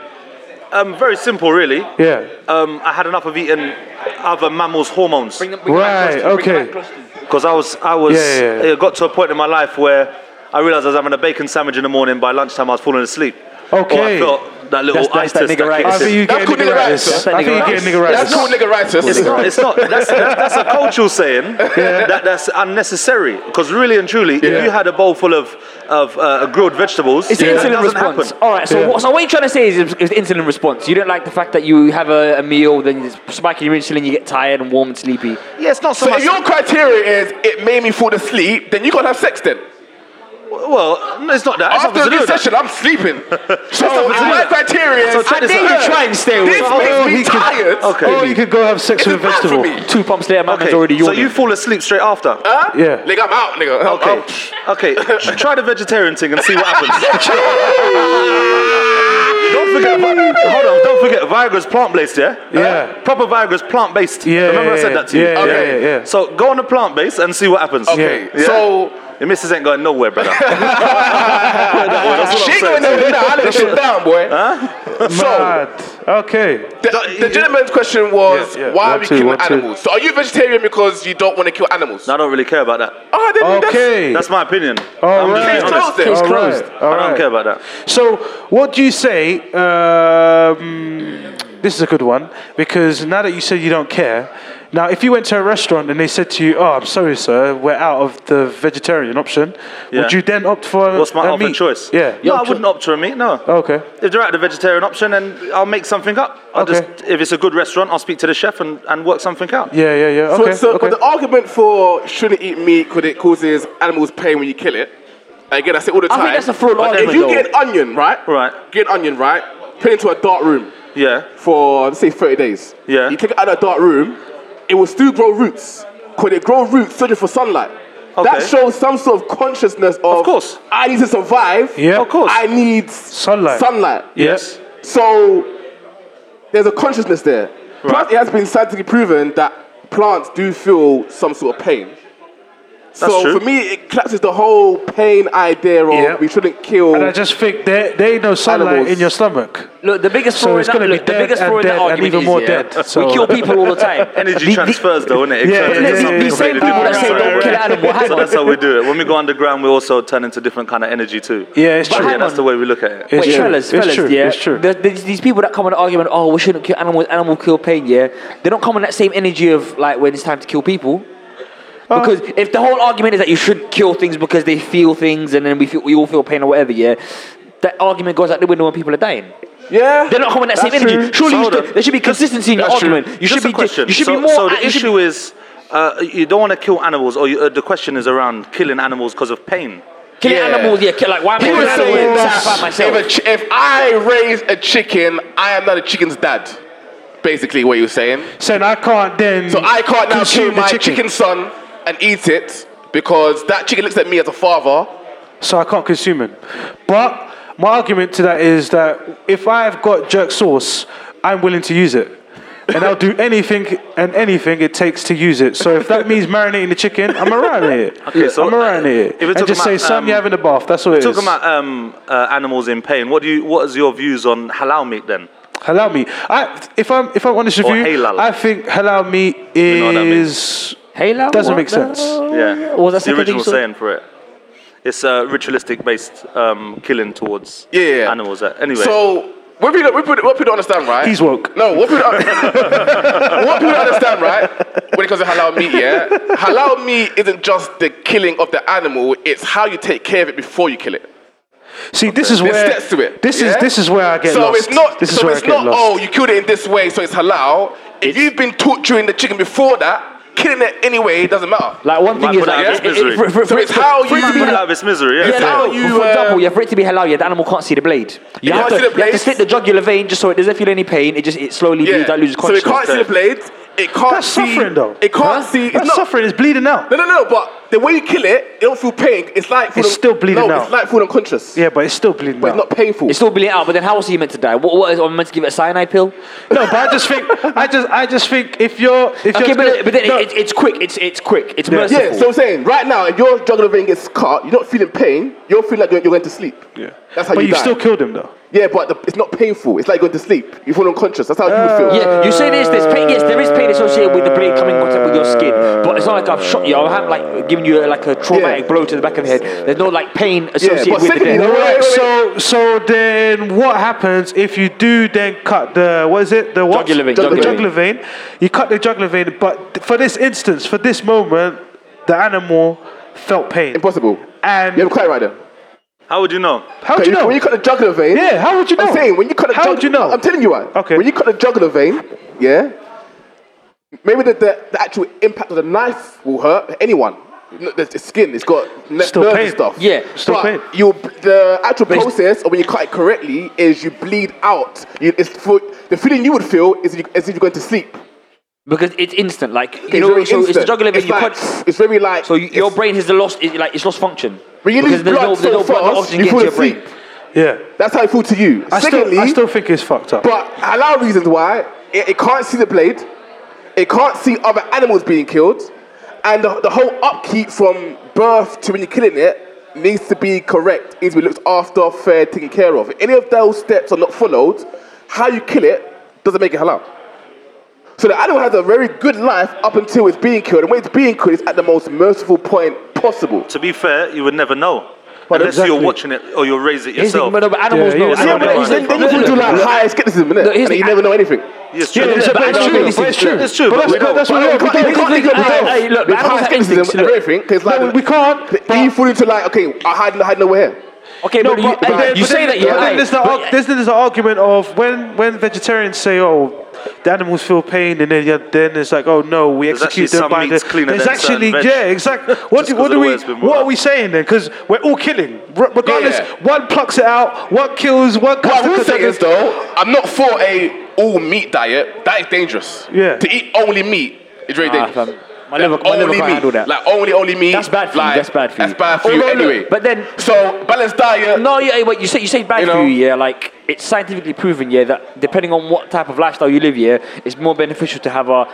Um, very simple, really. Yeah. Um, I had enough of eating other mammals' hormones Bring them- bring them back Right, close to you, bring them okay. back close to you. because I was, I was, Yeah, yeah, yeah. it got to a point in my life where I realized I was having a bacon sandwich in the morning. By lunchtime, I was falling asleep. Or Okay. I felt that little That's- that's that itis nigga right. I kicks in. think you That's get called nigga nigga rights. rights, sir. I think you get That's- nigga That's rights. called nigga rights. that's It's nigga not. rights. It's not. That's, that's, that's a cultural saying. That, that's unnecessary. Because really and truly, if you had a bowl full of of uh, grilled vegetables, It's yeah, an that insulin doesn't response. happen. All right. So, what, so what you're trying to say is it's, it's insulin response. You don't like the fact that you have a, a meal, then it's spiking your insulin, you get tired and warm and sleepy. Yeah, it's not so, So much. if your criteria is it made me fall asleep, then you gotta have sex then. well, no, it's not that. It's nothing After to do this with that. session, I'm sleeping. so nothing to do my with that. criteria is So check I this need out. to try and stay away. This So- makes Oh, me he could- tired. okay. Or you could go have sex This with is a bad for vegetable. me. Two pumps later, my man's Okay, already so yawning. you fall asleep straight after. Huh? Yeah. Nigga, I'm out, nigga. I'm Okay, out. okay. Try the vegetarian thing and see what happens. don't forget, Vi- hold on. Don't forget, Viagra's plant-based, yeah. Uh, Yeah. Proper Viagra's plant-based. Yeah, Remember I yeah, said that to you. yeah, okay. yeah, yeah, yeah. So go on the plant-based and see what happens. Okay, Yeah. so- your missus ain't going nowhere, brother. Put it that way, that's what She I'm ain't saying. going nowhere. Nah, I let this shit down, boy. So, Mad. Okay. the, the gentleman's question was, Yeah, yeah. why One, are we two, killing one, two. animals? So, are you vegetarian because you don't want to kill animals? No, I don't really care about that. Oh, then that's- Okay. That's my opinion. All I'm just right. being honest. closed it. Case All closed. right, all I don't right. care about that. So, what do you say? Um, this is a good one because now that you said you don't care, now if you went to a restaurant and they said to you, "Oh, I'm sorry, sir, we're out of the vegetarian option," Yeah. would you then opt for What's Uh, my a other meat? choice? Yeah. Oh, No, I wouldn't opt for a meat. No. Okay. If they're out the vegetarian option, then I'll make something up. I'll Okay. just if it's a good restaurant, I'll speak to the chef and, and work something out. Yeah, yeah, yeah. So, Okay. so okay. but the argument for shouldn't eat meat because it causes animals pain when you kill it. Again, I say all the I time. think that's a fraud But If argument, you though. get an onion, right? Right. Get an onion, right? Put it into a dark room Yeah. for let's say 30 days. Yeah. You take it out of a dark room, it will still grow roots. Could it grow roots searching for sunlight? That Okay. shows some sort of consciousness of, course. I need to survive. Yeah. Of course. I need Sunlight. Sunlight. Yes. So there's a consciousness there. Plus, it has been scientifically proven that plants do feel some sort of pain. so true. for me, it collapses the whole pain idea of Yeah. we shouldn't kill. And I just think there, there ain't no sunlight Animals. in your stomach. Look, the biggest So flaw it's in that, gonna be look, the dead biggest and flaw in dead that and argument even is, more yeah, dead, so- we kill people all the time. Energy The- the- transfers, though, isn't it? It Yeah, turns yeah, into yeah, something yeah. These same completely people that different. say don't kill animal, hang So on. that's how we do it. When we go underground, we also turn into different kind of energy too. Yeah, it's So, true. yeah, that's the way we look at it. It's Wait, true. fellas, It's fellas, true. yeah. It's true. There- there's these people that come on the argument, oh, we shouldn't kill animals, animal kill pain, yeah. They don't come on that same energy of like when it's time to kill people. Because if the whole argument is that you shouldn't kill things because they feel things and then we feel, we all feel pain or whatever, yeah, that argument goes out the window when people are dying. yeah. They're not coming that same That's energy. true. Surely you Hold should- on. there should be Just- consistency in your that's true. argument. You should Just be a question. you should so, be more. So the you should be- issue is, uh, you don't want to kill animals, or you, uh, the question is around killing animals because of pain. killing yeah. animals, yeah, kill, like why am I He was killing saying animals? that Satisfy myself. If, a chi- if I raise a chicken, I am not a chicken's dad. Basically, what you're saying. Saying I can't then. So I can't now consume kill the my chicken son and eat it because that chicken looks at me as a father. so I can't consume him. But my argument to that is that if I've got jerk sauce, I'm willing to use it. And I'll do anything and anything it takes to use it. So if that means marinating the chicken, I'm marinating it. Okay, so, I'm marinating it. uh, if we're and talking just say, about, Sam, um, you're having a bath. That's all it is. Talking about um, uh, animals in pain, what do you? What is your views on halal meat then? halal meat. I, if I'm if I'm honest with Or you, halal. I think halal meat know what that means. is Halo? doesn't What make the- sense. Yeah, What was that the second thing original you said? saying for it? It's uh, ritualistic based um, killing towards Yeah, yeah. animals. Uh, anyway, So what people, what people, what people don't understand, right? He's woke. No, what people, don't, what people don't understand, right? When it comes to halal meat, yeah, halal meat isn't just the killing of the animal; it's how you take care of it before you kill it. See, this is There's where steps to it. this is yeah? this is where I get so lost. it's not. this is so where it's I get not. lost. Oh, you killed it in this way, so it's halal. If you've been torturing the chicken before that, killing it anyway it doesn't matter. Like one thing Might is put it like out of it- its it- misery. for- for- So for- it's how for- you for- be- people out of its misery. Yeah. Yeah, So- how you, for example, uh, yeah, for it to be halal, yeah, the animal can't see the blade. You, can't have, to, see the you have to blades. slit the jugular vein just so it doesn't feel any pain. It just it slowly bleeds out, loses So it consciousness. can't see the blade. It can't That's see. suffering, though. It can't see. It's That's not, suffering. It's bleeding out. No, no, no. But the way you kill it, it don't feel pain. It's like It's still bleeding no, out. It's like falling unconscious. Yeah, but it's still bleeding but out. it's not painful. It's still bleeding out, but then how else are you meant to die? What, what is, am I meant to give it a cyanide pill? No, but I just think, I just, I just think if you're, if Okay, you're, but, but then no, it, it's quick. It's it's quick. It's merciful. yeah. So I'm saying, right now, if your jugular vein gets cut, you're not feeling pain. You're feeling like you're, you're going to sleep. Yeah. That's how but you you die. have still killed him though. yeah, but the, it's not painful. It's like going to sleep. You fall unconscious. That's how Uh, you would feel. Yeah, you say there's, there's pain, yes, there is pain associated with the blade coming in contact with your skin, but it's not like I've shot you. I haven't like given you a, like a traumatic Yeah. blow to the back of the head. There's no like pain associated but with the secondly, death. Wait, wait, Alright, wait, so, so then what happens if you do then cut the, what is it, the what? Jugular vein, The jugular jugular vein. You cut the jugular vein, but for this instance, for this moment, the animal felt pain. Impossible. And You're quite right there. how would you know? how would you know? When you cut the jugular vein. Yeah, how would you know? I'm saying when you cut the How jug- would you know? I'm telling you why. Okay. When you cut the jugular vein, yeah, maybe the, the, the actual impact of the knife will hurt anyone. N- The, the skin, it's got n- Still nerves pain. and stuff. Yeah, still but pain. You, the actual process of when you cut it correctly is you bleed out. You, it's for, the feeling you would feel is you, as if you're going to sleep. Because it's instant. Like you It's know, very so it's the instant. jugular vein. It's you like, punch. It's very like. So you, your it's- brain has the lost, it, like it's lost function. When you lose Because there's blood no, so there's no blood, no fast, oxygen you getting fall to your brain. asleep. yeah. That's how it feels to you. I Secondly, still, I still think it's fucked up. But a lot of reasons why it, it can't see the blade, it can't see other animals being killed, and the, the whole upkeep from birth to when you're killing it needs to be correct, needs to be looked after, fair, taken care of. If any of those steps are not followed, how you kill it doesn't make it halal. So the animal has a very good life up until it's being killed, and when it's being killed, it's at the most merciful point possible. To be fair, you would never know. But Unless exactly. you're watching it or you raise it Here's the thing, yourself. but no, but animals Yeah, know. yeah, animals Yeah, but then, know. then, then you can do like high skepticism, innit? No, here's and the- you never know anything. Yes, yeah, true. it's, but it's true, animals know but it's these true. things. It's true, But but that's, we don't- that's what But we we can't- don't- we we can't don't- think of Hey, ourselves. hey, look, We animals can't have think of instincts, them look. everything. 'cause like No, the- we can't. the- You fall into like, okay, I hide, hide nowhere. here. Okay, No, but, you, but, but hey, then, you but say then, that you're but then right, there's, the, but- arg- there's, there's the argument of when, when vegetarians say, oh, the animals feel pain, and then, yeah, then it's like, oh no, we There's execute actually them some by meats the. cleaner There's than actually, certain veg. yeah, exactly. What, Just do, 'cause what, the do we, word's been what brought are we up. saying then? Because we're all killing. R- regardless, Yeah, one plucks it out, one kills, one cuts What I the will say cutters- is though, I'm not for a all meat diet. That is dangerous. Yeah. To eat only meat is very Ah, dangerous. fam. My liver- my liver Only can't meat. handle that. Like only, only meat. That's bad for you, like, that's bad for you. That's bad for you Although, look, anyway. but then- so balanced diet. No, yeah, wait, you say you say bad You for know? you, yeah. Like it's scientifically proven, yeah, that depending on what type of lifestyle you live, yeah, it's more beneficial to have a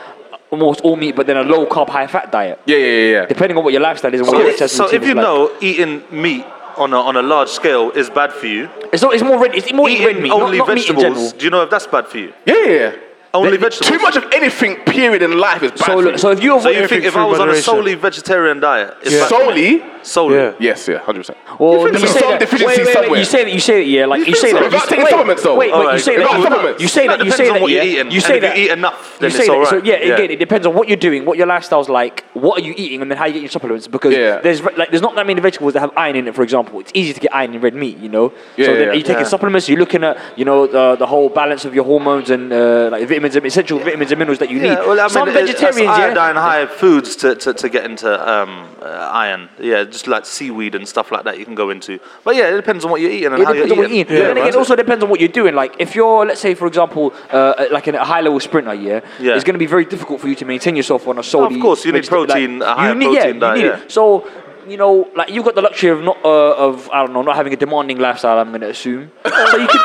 almost all meat, but then a low carb, high fat diet. Yeah, yeah, yeah, yeah. Depending on what your lifestyle is and what your So, exercise so routine if is you like. know eating meat on a, on a large scale is bad for you, it's not. It's more red. It's more eat red eating meat, not- only not, meat in vegetables, general. do you know if that's bad for you? Yeah, yeah, yeah. Only Too vegetables. much of anything, period, in life is bad. So, for look, you. so if you So avoid you think if I was on a solely vegetarian diet, it's bad for me? solely, solely. Yeah. yes, yeah, hundred percent. Well, There's you say some that. deficiency wait, wait, wait, somewhere. You say that. You say that. Yeah, like you think say so? that. Without you- taking wait, supplements, though. Wait, wait. You Alright, say without that. supplements. You say That that. You say depends on that. what yeah. you're eating, You and say if you that. eat enough, then you say it's that. alright. So yeah, Yeah. again, it depends on what you're doing, what your lifestyle's like, what are you eating, and then how you get your supplements. Because Yeah. there's ve- like there's not that many vegetables that have iron in it. For example, it's easy to get iron in red meat. You know. Yeah, so then yeah, are you taking yeah. supplements? You're looking at you know the, the whole balance of your hormones and uh, like vitamins and essential vitamins and minerals that you need. Yeah, well, I mean, Some it- it's vegetarians, yeah. iodine high foods to, to, to get into um, uh, iron. Yeah, just like seaweed and stuff like that you can go into. But yeah, it depends on what you're eating and It how depends on you're what you eating. eat. But then again, it also depends on what you're doing. Like, if you're, let's say, for example, uh, like in a high level sprinter, yeah, Yeah. it's going to be very difficult for you to maintain yourself on a solely. course, you need vegetable- protein, a higher you need, yeah, protein diet, You need yeah. it. So, you know, like you've got the luxury of not, uh, of I don't know, not having a demanding lifestyle. I'm going to assume. so you could.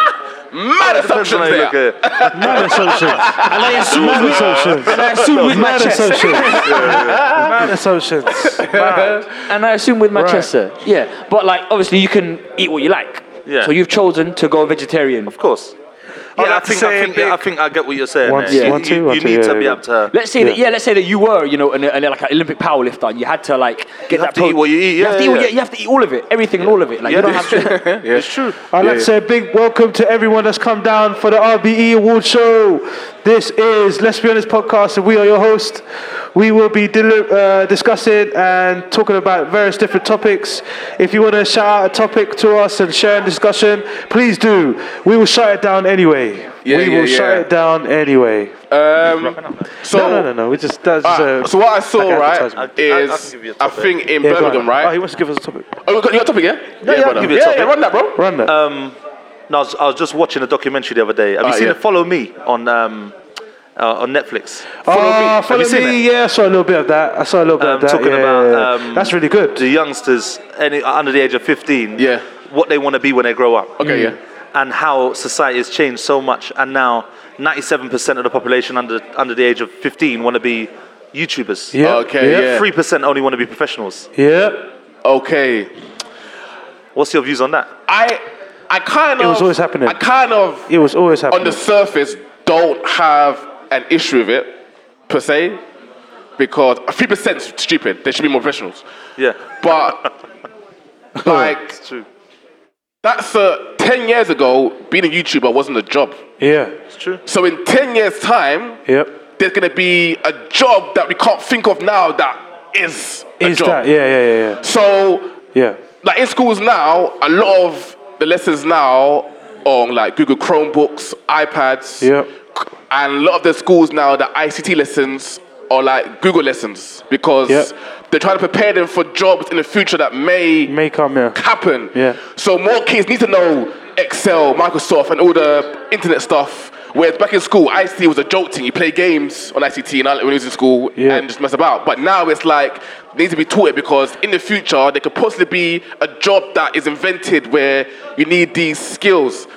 Mad Depends on assumptions how you there. look at it. Mad assumptions. And I assume mad assumptions. And I assume with my Mad chest. assumptions. Mad assumptions. And I assume with my chest, sir. Yeah, but like obviously you can eat what you like. Yeah. So you've chosen to go vegetarian. Of course. I'd Yeah, I have to think, I say think, yeah, I big- think I get what you're saying. One, there. two, You- one, two, you, one, you two, need yeah, to be yeah. able to. Let's say that yeah, let's say that you were, you know, an, an, like an Olympic powerlifter and you had to like get that have to eat what you eat, you have yeah, to eat, what- yeah. you have to eat all of it, everything and all of it. Like Yeah, you don't have that's to It's true. I'd like to say a big welcome to everyone that's come down for the RBE Award Show. This is Let's Be Honest podcast, and we are your host. We will be deli- uh, discussing and talking about various different topics. If you want to shout out a topic to us and share a discussion, please do. We will shut it down anyway. Yeah, we yeah, will shut yeah. it down anyway. Um, so, no, no, no, no. We just that's Alright, uh, so what I saw, like right, advertisement. I- I- I can is give you a I topic. think in Yeah, go on. Birmingham, Oh, he right? wants to give us a topic. Oh, you got your topic, yeah? yeah, brother. give you a yeah, topic. yeah, run that, Uh, bro. Run that. No, I was, I was just watching a documentary the other day. Oh, Have you Ah, seen yeah. the Follow Me on um, uh, on Netflix? Ah, Have you follow seen me. Yeah, I saw a little bit of that. I saw a little bit Um, of that. talking yeah, about, yeah, yeah. um, that's really good. The youngsters any, under the age of 15, Yeah. what they want to be when they grow up. Okay, yeah. And how society has changed so much. And now 97% of the population under, under the age of 15 want to be YouTubers. Yeah. Oh, Okay, yeah. 3% only want to be professionals. Yeah, Okay. What's your views on that? I, I kind of. was always happening. I kind of, it was always on the happening. surface, don't have an issue with it, per se, because 3% is stupid. They should be more professionals. Yeah. But, like, true. that's uh, 10 years ago, being a YouTuber wasn't a job. Yeah. It's true. So, in 10 years' time, Yep. there's going to be a job that we can't think of now that is a Is job. that? Yeah, yeah, yeah, So, yeah. Yeah. like in schools now, a lot of the lessons now on like Google Chromebooks, iPads, Yep. and a lot of the schools now, the ICT lessons are like Google lessons because Yep. they're trying to prepare them for jobs in the future that may May come here. happen. Yeah. So more kids need to know Excel, Microsoft, and all the internet stuff. Whereas back in school, ICT was a joke thing. You play games on ICT and I, when you was in school Yeah. and just mess about. But now it's like they need to be taught it because in the future there could possibly be a job that is invented where you need these skills.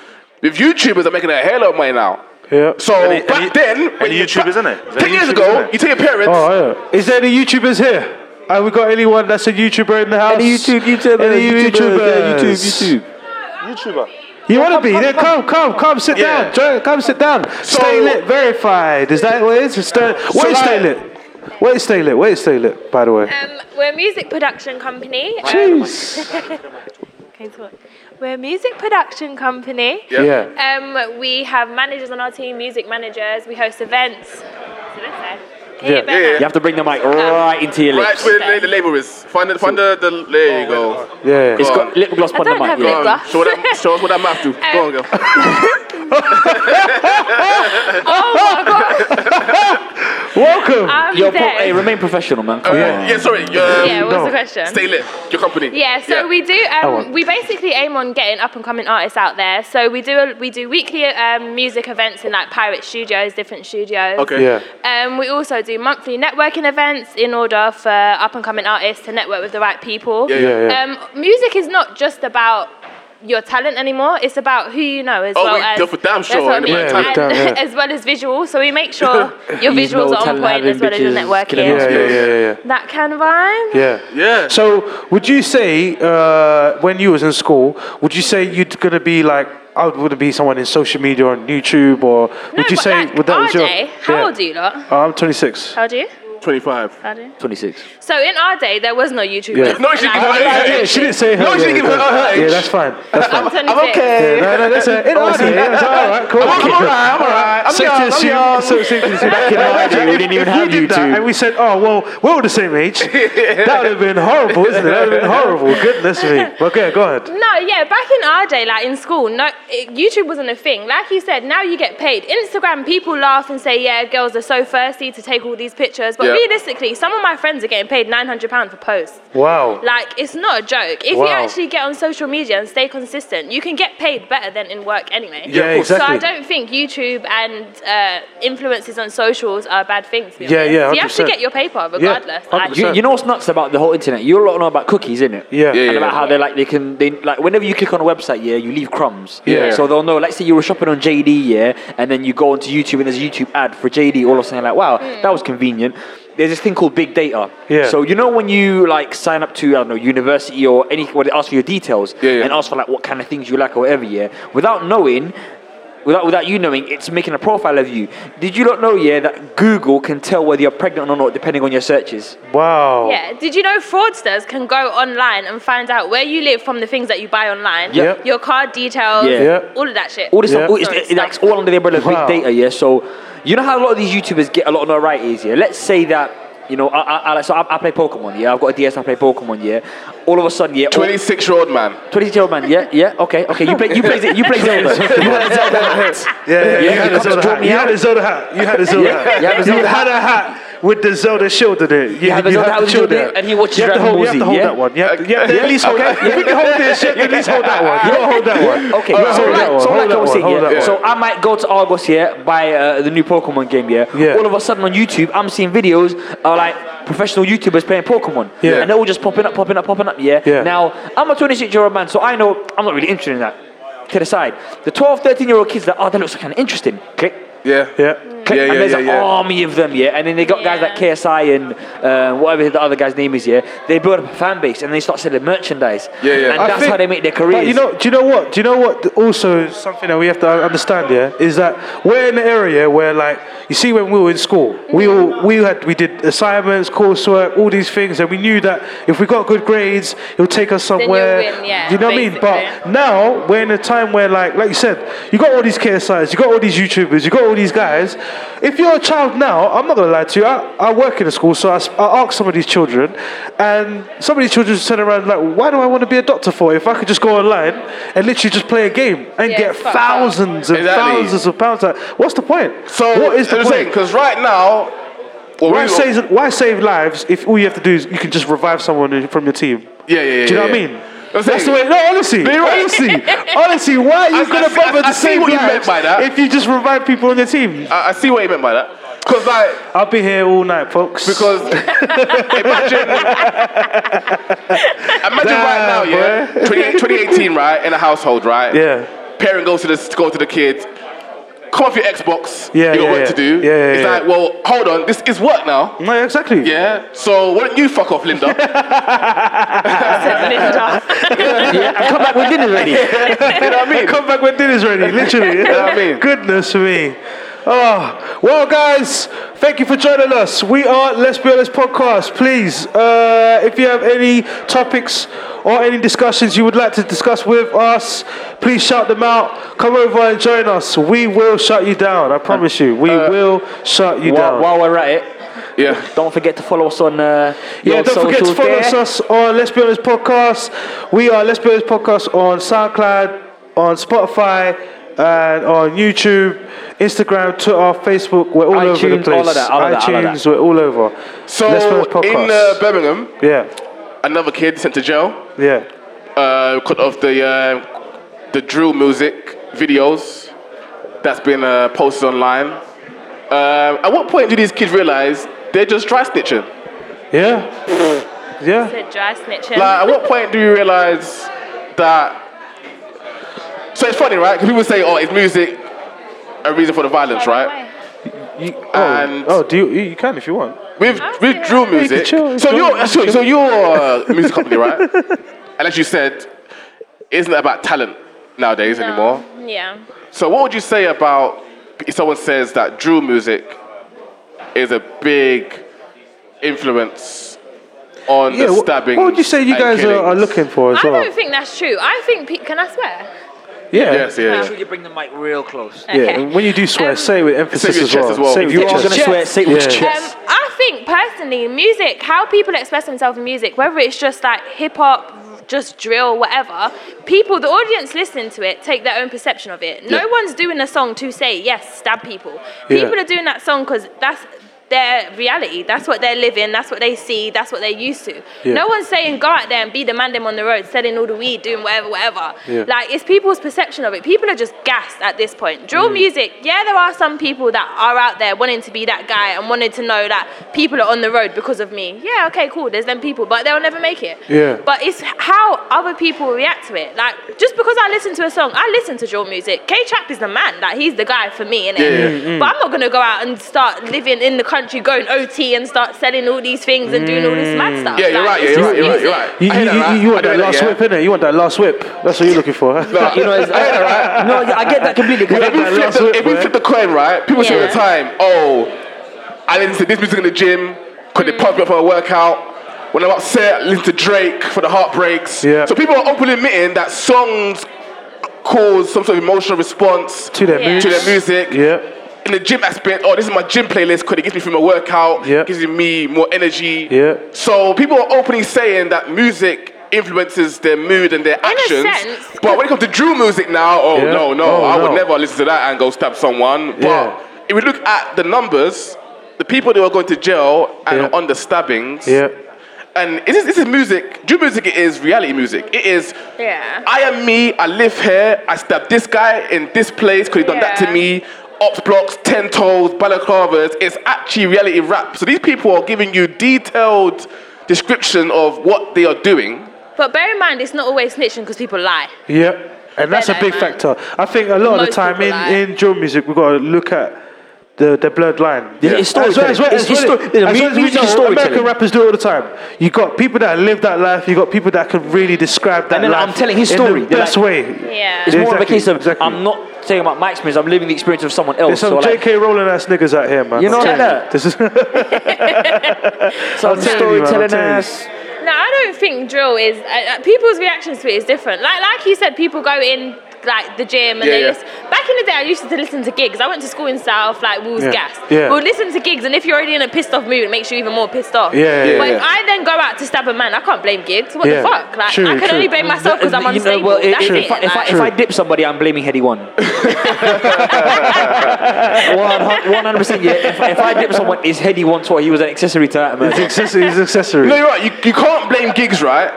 With YouTubers are making a hell of money now. Yeah. So Any- back any- then, any you- YouTubers, innit? Is there Ten any years YouTubers, ago, innit? you tell your parents, Oh, yeah. Is there any YouTubers here? Have we got anyone that's a YouTuber in the house? Any YouTube, YouTuber, Any YouTuber, yeah, YouTubers? YouTube, YouTube. YouTuber. You want to be? Then come, come, come, sit Yeah. down. Join, come, sit down. stay lit, verified. Is that what it is? Stay, what is stay like- lit? What is stay lit? What is stay lit, by the way? Um, we're a music production company. Um, Jeez. okay, talk. We're a music production company. Yeah. Um, we have managers on our team, music managers. We host events. So that's it. Can you Yeah. hear better? Yeah, You have to bring the mic right into your right lips. where the, the label is. Find the, find the, the there you go. Yeah. It's Go got on. lip gloss on the don't mic. have yeah. lip Go on, Glass. Um, show, that, show us what that mouth do. Go on, girl. Oh, Welcome. Um, Yo, pro- then- hey, remain professional, man. Oh, Come Uh, yeah, sorry. Um, yeah, what was No. the question? Stay lit. Your company. Yeah, so we do. one. Um, we basically aim on getting up and coming artists out there. So we do a, we do weekly um, music events in like pirate studios, different studios. Okay. Yeah. Um, we also do monthly networking events in order for up and coming artists to network with the right people. Yeah, yeah. Yeah, yeah. Um, music is not just about your talent anymore. It's about who you know as Oh, well we as go for damn that's sure, what we- innit? Yeah, and- damn, yeah. as well as visual. So we make sure your Use visuals no are on talent having point as well as your bitches, killing networking. us. Yeah, yeah, yeah, yeah, That kind of vibe. yeah. Yeah. So, would you say uh, when you was in school, would you say you're gonna be like? I would want to be someone in social media on YouTube, or No, would you but say like would that was our your? day, how yeah. old are you lot? Uh, I'm 26. How old are you? 25. How old are you? 26. So in our day, there was no YouTube. Yeah. No, she And didn't I- give her Yeah, age. she didn't say her. No, she didn't yeah, give her her Yeah, age. that's fine. That's fine. I'm 26. I'm okay. Yeah, no, no, that's it. In our day, yeah, that's all right, cool. I'm alright, I'm alright. I'm Safe to young, I'm assume- young. so safe to assume- Can I imagine We if- didn't even if we have did that YouTube. And we said, oh, well, we're all the same age. That would have been horrible, isn't it? That would have been horrible. Goodness me. Okay, go ahead. No, yeah, back in our day, like in school, no, it, YouTube wasn't a thing. Like you said, now you get paid. Instagram, people laugh and say, yeah, girls are so thirsty to take all these pictures. But Yeah. realistically, some of my friends are getting paid £900 for posts. Wow. Like, it's not a joke. If Wow. you actually get on social media and stay consistent, you can get paid better than in work anyway. Yeah, of course. exactly. So I don't think YouTube and uh, influences on socials are a bad thing. To be Yeah, honest. yeah, You have to 100%. get your paper regardless. I- 100%. You, you know what's nuts about the whole internet? You lot know about cookies, innit? Yeah. Yeah, and yeah, yeah. about how they like they can they like whenever you click on a website, yeah, you leave crumbs. Yeah. So they'll know. Let's say you were shopping on JD, yeah, and then you go onto YouTube and there's a YouTube ad for JD. All of a sudden, you're like, wow, Hmm. that was convenient. There's this thing called big data. Yeah. So you know when you like sign up to I don't know university or any where they ask for your details Yeah, yeah. and ask for like what kind of things you like or whatever, yeah, without knowing without without you knowing, it's making a profile of you. Did you not know, yeah, that Google can tell whether you're pregnant or not depending on your searches? Wow. Yeah. Did you know fraudsters can go online and find out where you live from the things that you buy online? Yeah. Your card details, Yeah. Yeah. all of that shit. All this Yeah. stuff, all, it's, it's, like, all under the umbrella of Wow. big data, yeah. So you know how a lot of these YouTubers get a lot of notoriety, yeah. Let's say that you know, I, I, I like- so I, I play Pokemon, yeah. I've got a DS, I play Pokemon, yeah. All of a sudden, yeah, all- 26 year old man. 26 year old man, yeah, yeah, okay, okay. You play, you play, Z- you play Zelda. You had a Zelda hat. Yeah, yeah, Yeah, you had you a Zelda hat. come to draw me You out. had a Zelda hat. You had a Zelda Yeah, hat. you had a Zelda had a hat with the Zelda shield in it. You, had a you Zelda hat with the shield shield in there. it, and he watches you have to Dragon hold, You Ball have to Z, hold yeah? that one. You have to, you have to Yeah. at least hold that. If you can hold this, you have to at least hold that one. You gotta hold that one. Okay, You gotta so, hold that like, one. so Hold like I that was one. saying, Hold yeah, that one. so I might go to Argos here, buy uh, the new Pokemon game, yeah? Yeah. All of a sudden on YouTube, I'm seeing videos of like professional YouTubers playing Pokemon. Yeah. And they're all just popping up, popping up, popping up, yeah? Yeah. Now, I'm a 26 year old man, so I know I'm not really interested in that. To the side. The 12, 13 year old kids that, oh, that looks kind of interesting. Click. Yeah. Yeah. Click, Yeah, and yeah, there's yeah, an yeah. army of them, yeah. And then they got guys Yeah. like KSI and uh, whatever the other guy's name is, yeah. They build up a fan base and they start selling merchandise. Yeah, yeah. And I that's think- how they make their but careers. you know, do you know what? Do you know what? th- Also, is something that we have to understand here is that we're in an area where, like, you see, when we were in school, we all we had we did assignments, coursework, all these things, and we knew that if we got good grades, it'll take us you'll somewhere. win, yeah, you know what I mean? But basically. now we're in a time where, like, like you said, you got all these KSIs, you got all these YouTubers, you got all these guys. If you're a child now, I'm not gonna lie to you. I, I work in a school, so I, s- I ask some of these children, and some of these children turn around like, "Why do I want to be a doctor for? If I could just go online and literally just play a game and Yeah, get it's fucked thousands and Exactly. thousands of pounds, like, what's the point? So, what is the point? Because right now, well, Why we- save, why save lives if all you have to do is you can just revive someone in- from your team? Yeah, yeah, yeah. Do you know yeah, what I yeah. mean? I'm That's, the saying- way. No, honestly, honestly, honestly. Why are I- I you going to see- I- bother I to see save what you meant lives by that. If you just revive people on your team, I, I see what you meant by that. Because, like, I'll be here all night, folks. Because imagine, imagine right now, yeah, 20, 2018, right, in a household, right? Yeah. Parent goes to the to go to the kids. Come off your Xbox. Yeah, You got yeah, work yeah. to do. Yeah, yeah, it's yeah. Mm. like, well, hold on, this is work now. no, exactly. Yeah. So why don't you fuck off, Linda? yeah, and come back with dinner ready. you know what I mean? Come back when dinner's ready, literally. you know what I mean? Goodness me. Oh, well, guys, thank you for joining us. We are Let's Be Honest Podcast. Please, uh, if you have any topics or any discussions you would like to discuss with us, please shout them out. Come over and join us. We will shut you down. I promise you. We will shut you while, down. while we're at it, yeah. don't forget to follow us on uh, Yeah, your don't forget to socials follow there. us on Let's Be Honest Podcast. We are Let's Be Honest Podcast on SoundCloud, on Spotify, and on YouTube, Instagram, Twitter, Facebook. We're all over the iTunes, place. all of that, all of that, all of iTunes, we're all over. So Let's Be Honest Podcast. in uh, Birmingham, yeah, another kid sent to jail yeah. uh, cut off the uh, the drill music videos that's been uh, posted online. Um, at what point do these kids realize they're just dry snitching? Yeah. Yeah. Said dry snitching. Like, at what point do you realize that So it's funny, right? Because people say, oh, is music a reason for the violence, right? You, oh, And- oh, do you? You can if you want. With with drill music. chill, so chill, you're so, chill. so you're a music company, right? And as you said, isn't about talent nowadays anymore. Yeah. So what would you say about if someone says that drill music is a big influence on Yeah. the What, stabbing? what would you say you and guys are, are killings? looking for as I well? don't think that's true. I think pe- can I swear? yeah. Yes, yeah. Make yeah. sure you bring the mic real close. Yeah, Okay. and when you do swear, Um, say it with emphasis your as, chest well. as well. Say it If with you your are chest. gonna swear, say it Yeah. with chest. Um, I think personally, music, how people express themselves in music, whether it's just like hip hop, just drill, whatever, people, the audience listening to it, take their own perception of it. No Yeah. one's doing a song to say, yes, stab people. People are doing that song because that's their reality. That's what they're living. That's what they see. That's what they're used to. No one's saying, go out there and be the man them on the road, selling all the weed, doing whatever, whatever. Like, it's people's perception of it. People are just gassed at this point. Drill Mm. music, yeah, there are some people that are out there wanting to be that guy and wanted to know that people are on the road because of me. Yeah, okay, cool. There's them people, but they'll never make it. Yeah. But it's how other people react to it. Like, just because I listen to a song, I listen to drill music. K Trap is the man. Like, he's the guy for me, innit? Mm. But I'm not going to go out and start living in the country, going OT and start selling all these things and doing all this mad stuff. Mm. Yeah, you're Like, right, yeah, it's you're just right, you're right, music. you're right. You, I hear you- that, you- you right? want I that do last yeah. whip, innit? You want that last whip. That's what you're looking for. huh? No, You know, it's, Um, no, yeah, I get that completely. 'cause if we that flip last the, whip, if we boy. flip the coin, right? People say all the Yeah. time, "Oh, I listen to this music in the gym because it pumps me up for a workout." When I'm upset, I listen to Drake for the heartbreaks. Yeah. So people are openly admitting that songs cause some sort of emotional response To their Yeah. mood. to their music. Yeah. In the gym aspect, oh, this is my gym playlist because it gives me through my workout, Yeah. gives me more energy. Yeah. So people are openly saying that music influences their mood and their actions. sense, but when it comes to drill music now, oh Yeah. no, no, Oh, I no. would never listen to that and go stab someone. But Yeah. if we look at the numbers, the people that are going to jail and Yeah. are on the stabbings, Yeah. and this is, this is music. Drill music is reality music. It is. Yeah. I am me. I live here. I stabbed this guy in this place because he done that to Yeah. me. Ops blocks, ten toes, balaclavas. It's actually reality rap. So these people are giving you detailed description of what they are doing. But bear in mind, it's not always snitching because people lie. Yeah. And that's a Better, big man. factor. I think a lot of the Most time in, people lie. in drill music, we've got to look at the, the blurred line. Yeah, it's storytelling. As well, as well, It's- it's as well, sto- yeah, as mu- well as we music is know, American storytelling. rappers do it all the time. You got people that live that life. You got people that can really describe that And then life. I'm telling his in story. the They're best like- way. Yeah. It's Yeah, more of a exactly, case of exactly. I'm not saying about my experience. I'm living the experience of someone else. There's some so like, J.K. Rowling ass niggas out here, man. You know I'm like telling that? This is telling you, man, some I'm storytelling telling you. ass. No, I don't think drill is. Uh, uh, people's reactions to it is different. Like like you said, people go in like the gym and Yeah, they yeah. listen. Back in the day, I used to listen to gigs. I went to school in South, like we was Yeah, gas. yeah. We'll listen to gigs, and if you're already in a pissed off mood, it makes you even more pissed off. Yeah, yeah, But yeah. if I then go out to stab a man, I can't blame gigs. What Yeah. the fuck? Like True, I can true. only blame myself because I'm You know, unstable. well, i- That's if, it. I, if, I, like- if I dip somebody, I'm blaming Heady One. One hundred percent. Yeah. If, if I dip someone, is Heady One what he was an accessory to that man. accessory. It's accessory. No, you're right. You, you can't blame gigs, right?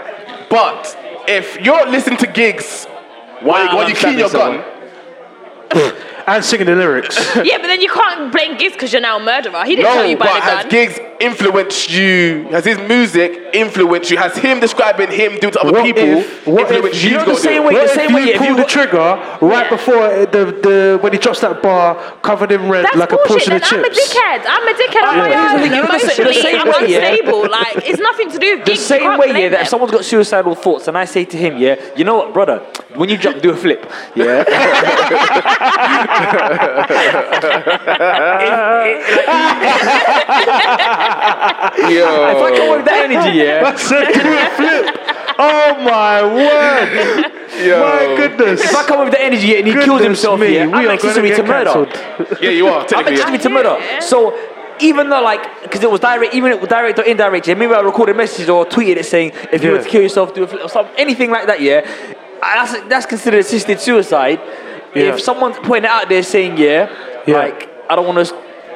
But if you're listening to gigs while, Wow, while you I'm clean your stabbing gun, and singing the lyrics. yeah, but then you can't blame gigs because you're now a murderer. He didn't tell no, you by but the has gun. gigs influenced you? Has his music influenced you? Has him describing him doing to other What people if- what if- influenced you? you know to go do the it? same way- what the if same you way if pull you the got- trigger right before the, the when he drops that bar covered in red That's like a portion bullshit. Then of I'm a chips? dickhead. I'm a dickhead on Yeah. my own. You know the sa- the Emotionally, same I'm way, yeah. unstable. Like it's nothing to do with The gigs. you same can't way, blame yeah, that them. if someone's got suicidal thoughts and I say to him, yeah, you know what, brother, when you jump, do a flip. Yeah. if I Yo, Oh. come with that energy, yeah. That's a good flip. Oh my word! yo. My goodness. If I come with that energy yeah, and he kills Goodness himself, me, yeah, we I'm are accessory gonna to get murder. cancelled. Yeah, you are. I'm Technically, accessory yeah. to murder. Yeah. So even though like, because it was direct, even if it was direct or indirect, yeah, maybe I recorded a message or tweeted it saying, if you were Yeah. to kill yourself, do a flip or something, anything like that, yeah, I- that's, that's considered assisted suicide. Yeah. If someone's pointing it out there saying, yeah, Yeah. like, I don't want to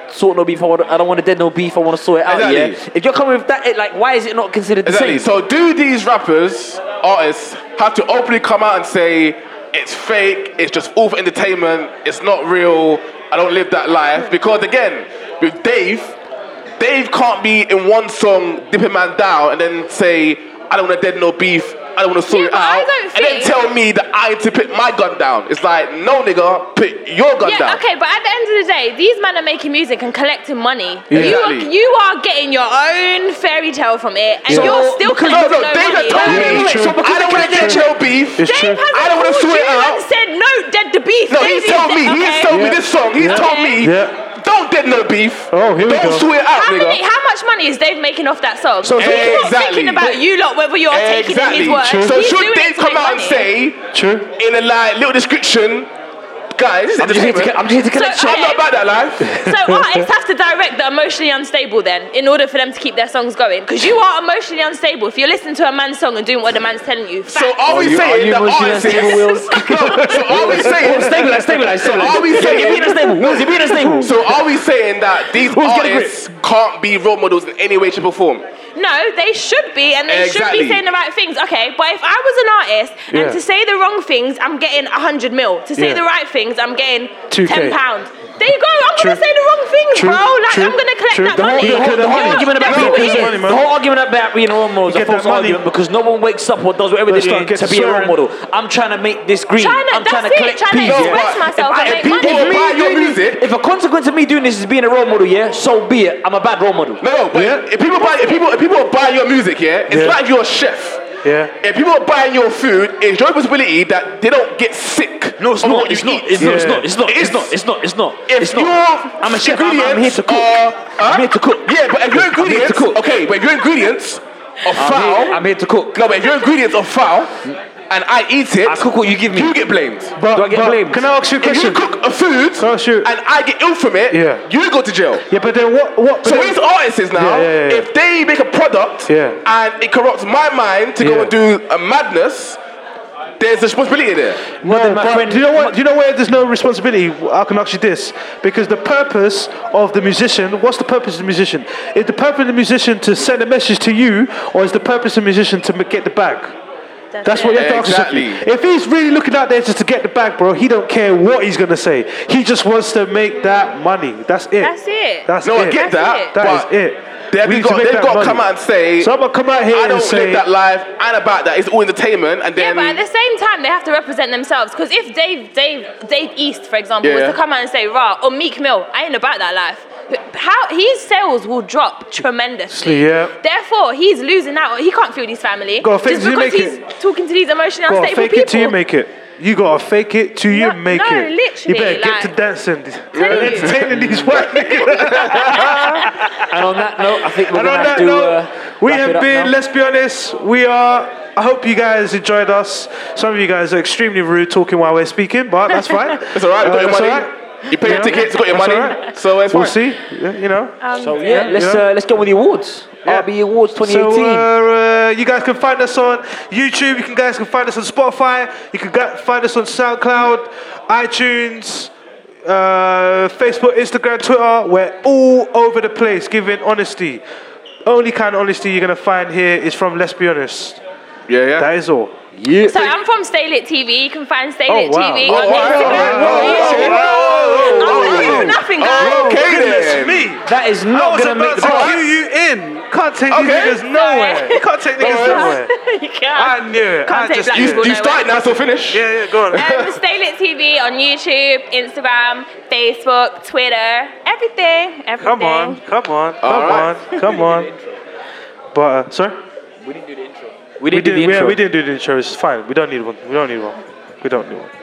sort no beef, I, want, I don't want to dead no beef, I want to sort it out, yeah. Exactly. If you're coming with that, it, like, why is it not considered the Exactly. same? So do these rappers, artists, have to openly come out and say it's fake, it's just all for entertainment, it's not real, I don't live that life? Because again, with Dave, Dave can't be in one song dipping man down and then say, I don't want to dead no beef, I don't want to sort it Yeah, but I out. don't and then think- tell me that I had to put my gun down. It's like, no, nigga, put your gun Yeah, down. okay, but at the end of the day, these men are making music and collecting money. You, are, Exactly. you are getting your own fairy tale from it, and you're still because no, collecting no, no Dave money. had told me. Dave wait, wait, so because I don't want to get into no beef. hasn't I don't want to called sort it you out. and said, no, dead the beef. No, Dave he's told said- me. He's okay. told me this song. He's told me. Yeah. Don't get no beef. Oh, here we Don't go. swear it out, How, nigga. many, how much money is Dave making off that song? So, he's not Exactly. thinking about you lot, whether you're taking in his words. So He's should doing Dave it to come make out and money. say True. in a like little description, guys? I'm just here to, I'm just here to collect So, shit. I'm not about that life. So artists have to direct the emotionally unstable then, in order for them to keep their songs going. Because you are emotionally unstable if you're listening to a man's song and doing what the man's telling you. So Facts. are we are saying you that emotionally artists? No, So are we saying? Stabilize, stabilize, So stabilize. are we You're being saying? unstable. Who's being unstable? So are we saying that these artists can't be role models in any way, shape, or form? No, they should be, and they should Exactly. be saying the right things. Okay, but if I was an artist and to say the wrong things, I'm getting 100 mil. To say Yeah. the right things, I'm getting 2K. 10 pounds. There you go, I'm going to say the wrong things, True. bro. Like, True. I'm going to collect True. that The whole- money. the whole- the whole Yo, argument about that's being what it Because is. money, man. The whole argument about being a role model is You a get false that money. argument because no one wakes up or does whatever Let's they're not doing get to be a role swearing. model. I'm trying to make this green. Tryna- I'm trying that's to it, collect tryna peas. express yeah? If myself and I- make if people money. will Me buy your doing this- music, if a consequence of me doing this is being a role model, yeah, so be it. I'm a bad role model. No, but if people buy if people if people buy your music, yeah, it's Yeah. like you're a chef. Yeah. If people are buying your food, it's your responsibility that they don't get sick. No, it's of not. what It's you not. eat. It's not. It's Yeah. not. It's not. It's If- not. It's not. It's not. If It's your not. I'm a chef. I'm, I'm here to cook. Are, I'm here to cook. Yeah, but if your I'm here to ingredients, cook. okay, but if your ingredients are I'm foul, here, I'm here to cook. no, but if your ingredients are foul, and I eat it, I cook what you give me. you get blamed. But, Do I get but blamed? Can I ask you a If you question? cook a food Oh, shoot. and I get ill from it, Yeah. you go to jail. Yeah, but then what? What? but So then- these artists now, Yeah, yeah, yeah. if they make a product Yeah. and it corrupts my mind to Yeah. go and do a madness, there's a responsibility there. No, my but friend- do you know what? Do you know where there's no responsibility? I can ask you this because the purpose of the musician. What's the purpose of the musician? Is the purpose of the musician to send a message to you, or is the purpose of the musician to ma- get the bag? That's what you have to ask yourself. Exactly. If he's really looking out there just to get the bag, bro, he don't care what he's gonna say. He just wants to make that money. That's it. That's it. That's No, it. I get that. it. That but is it. They've We need to got, make they've that got to money. come out and say, So I'm gonna come out here I and don't say, live that life and about that. It's all entertainment. And Yeah, then but at the same time, they have to represent themselves. Because if Dave, Dave, Dave East, for example, Yeah. was to come out and say, "Rah," or Meek Mill, I ain't about that life. How his sales will drop tremendously. Yeah. Therefore, he's losing out. He can't feed his family. Gotta fake just it till you because make he's talking to these emotionally gotta unstable fake people. it till you make it. You gotta fake it till you No- make no, it. literally, you better get like- to dancing. Telling you. Entertaining these white niggas. And on that note, I think we're And gonna on have that to. note, uh, we wrap it have up been. now. Let's be honest. We are. I hope you guys enjoyed us. Some of you guys are extremely rude talking while we're speaking, but that's fine. it's all right. You Uh, got your that's money. all right. You pay your Yeah. tickets. You got your That's money. all right. So it's We'll fine. see. Yeah, You know. So yeah, let's yeah. uh, let's go with the awards. RB Awards 2018. So uh, uh, you guys can find us on YouTube. You can guys can find us on Spotify. You can gu- find us on SoundCloud, iTunes, uh, Facebook, Instagram, Twitter. We're all over the place, giving honesty. Only kind of honesty you're gonna find here is from Let's Be Honest. Yeah, yeah. That is all. So I'm from Stay Lit TV. You can find Stay Oh, Lit wow. TV Whoa, on whoa, Instagram. whoa, whoa, YouTube. whoa, whoa, I'm not here for nothing, guys. Oh, okay Goodness then. me. that is I not was Oh, gonna make about the to cut. cue you in. Can't take Okay. these niggas nowhere. You can't take niggas nowhere. you can't. I knew it. Can't I take just black knew people it. You start now, so finish. Yeah, yeah, go on. Um, Stay Lit TV on YouTube, Instagram, Facebook, Twitter, everything. Come Everything. on, come on, come right. on, come on. But uh, sorry, We didn't do the yeah, intro. we didn't do the intro. It's fine. We don't need one. We don't need one. We don't need one.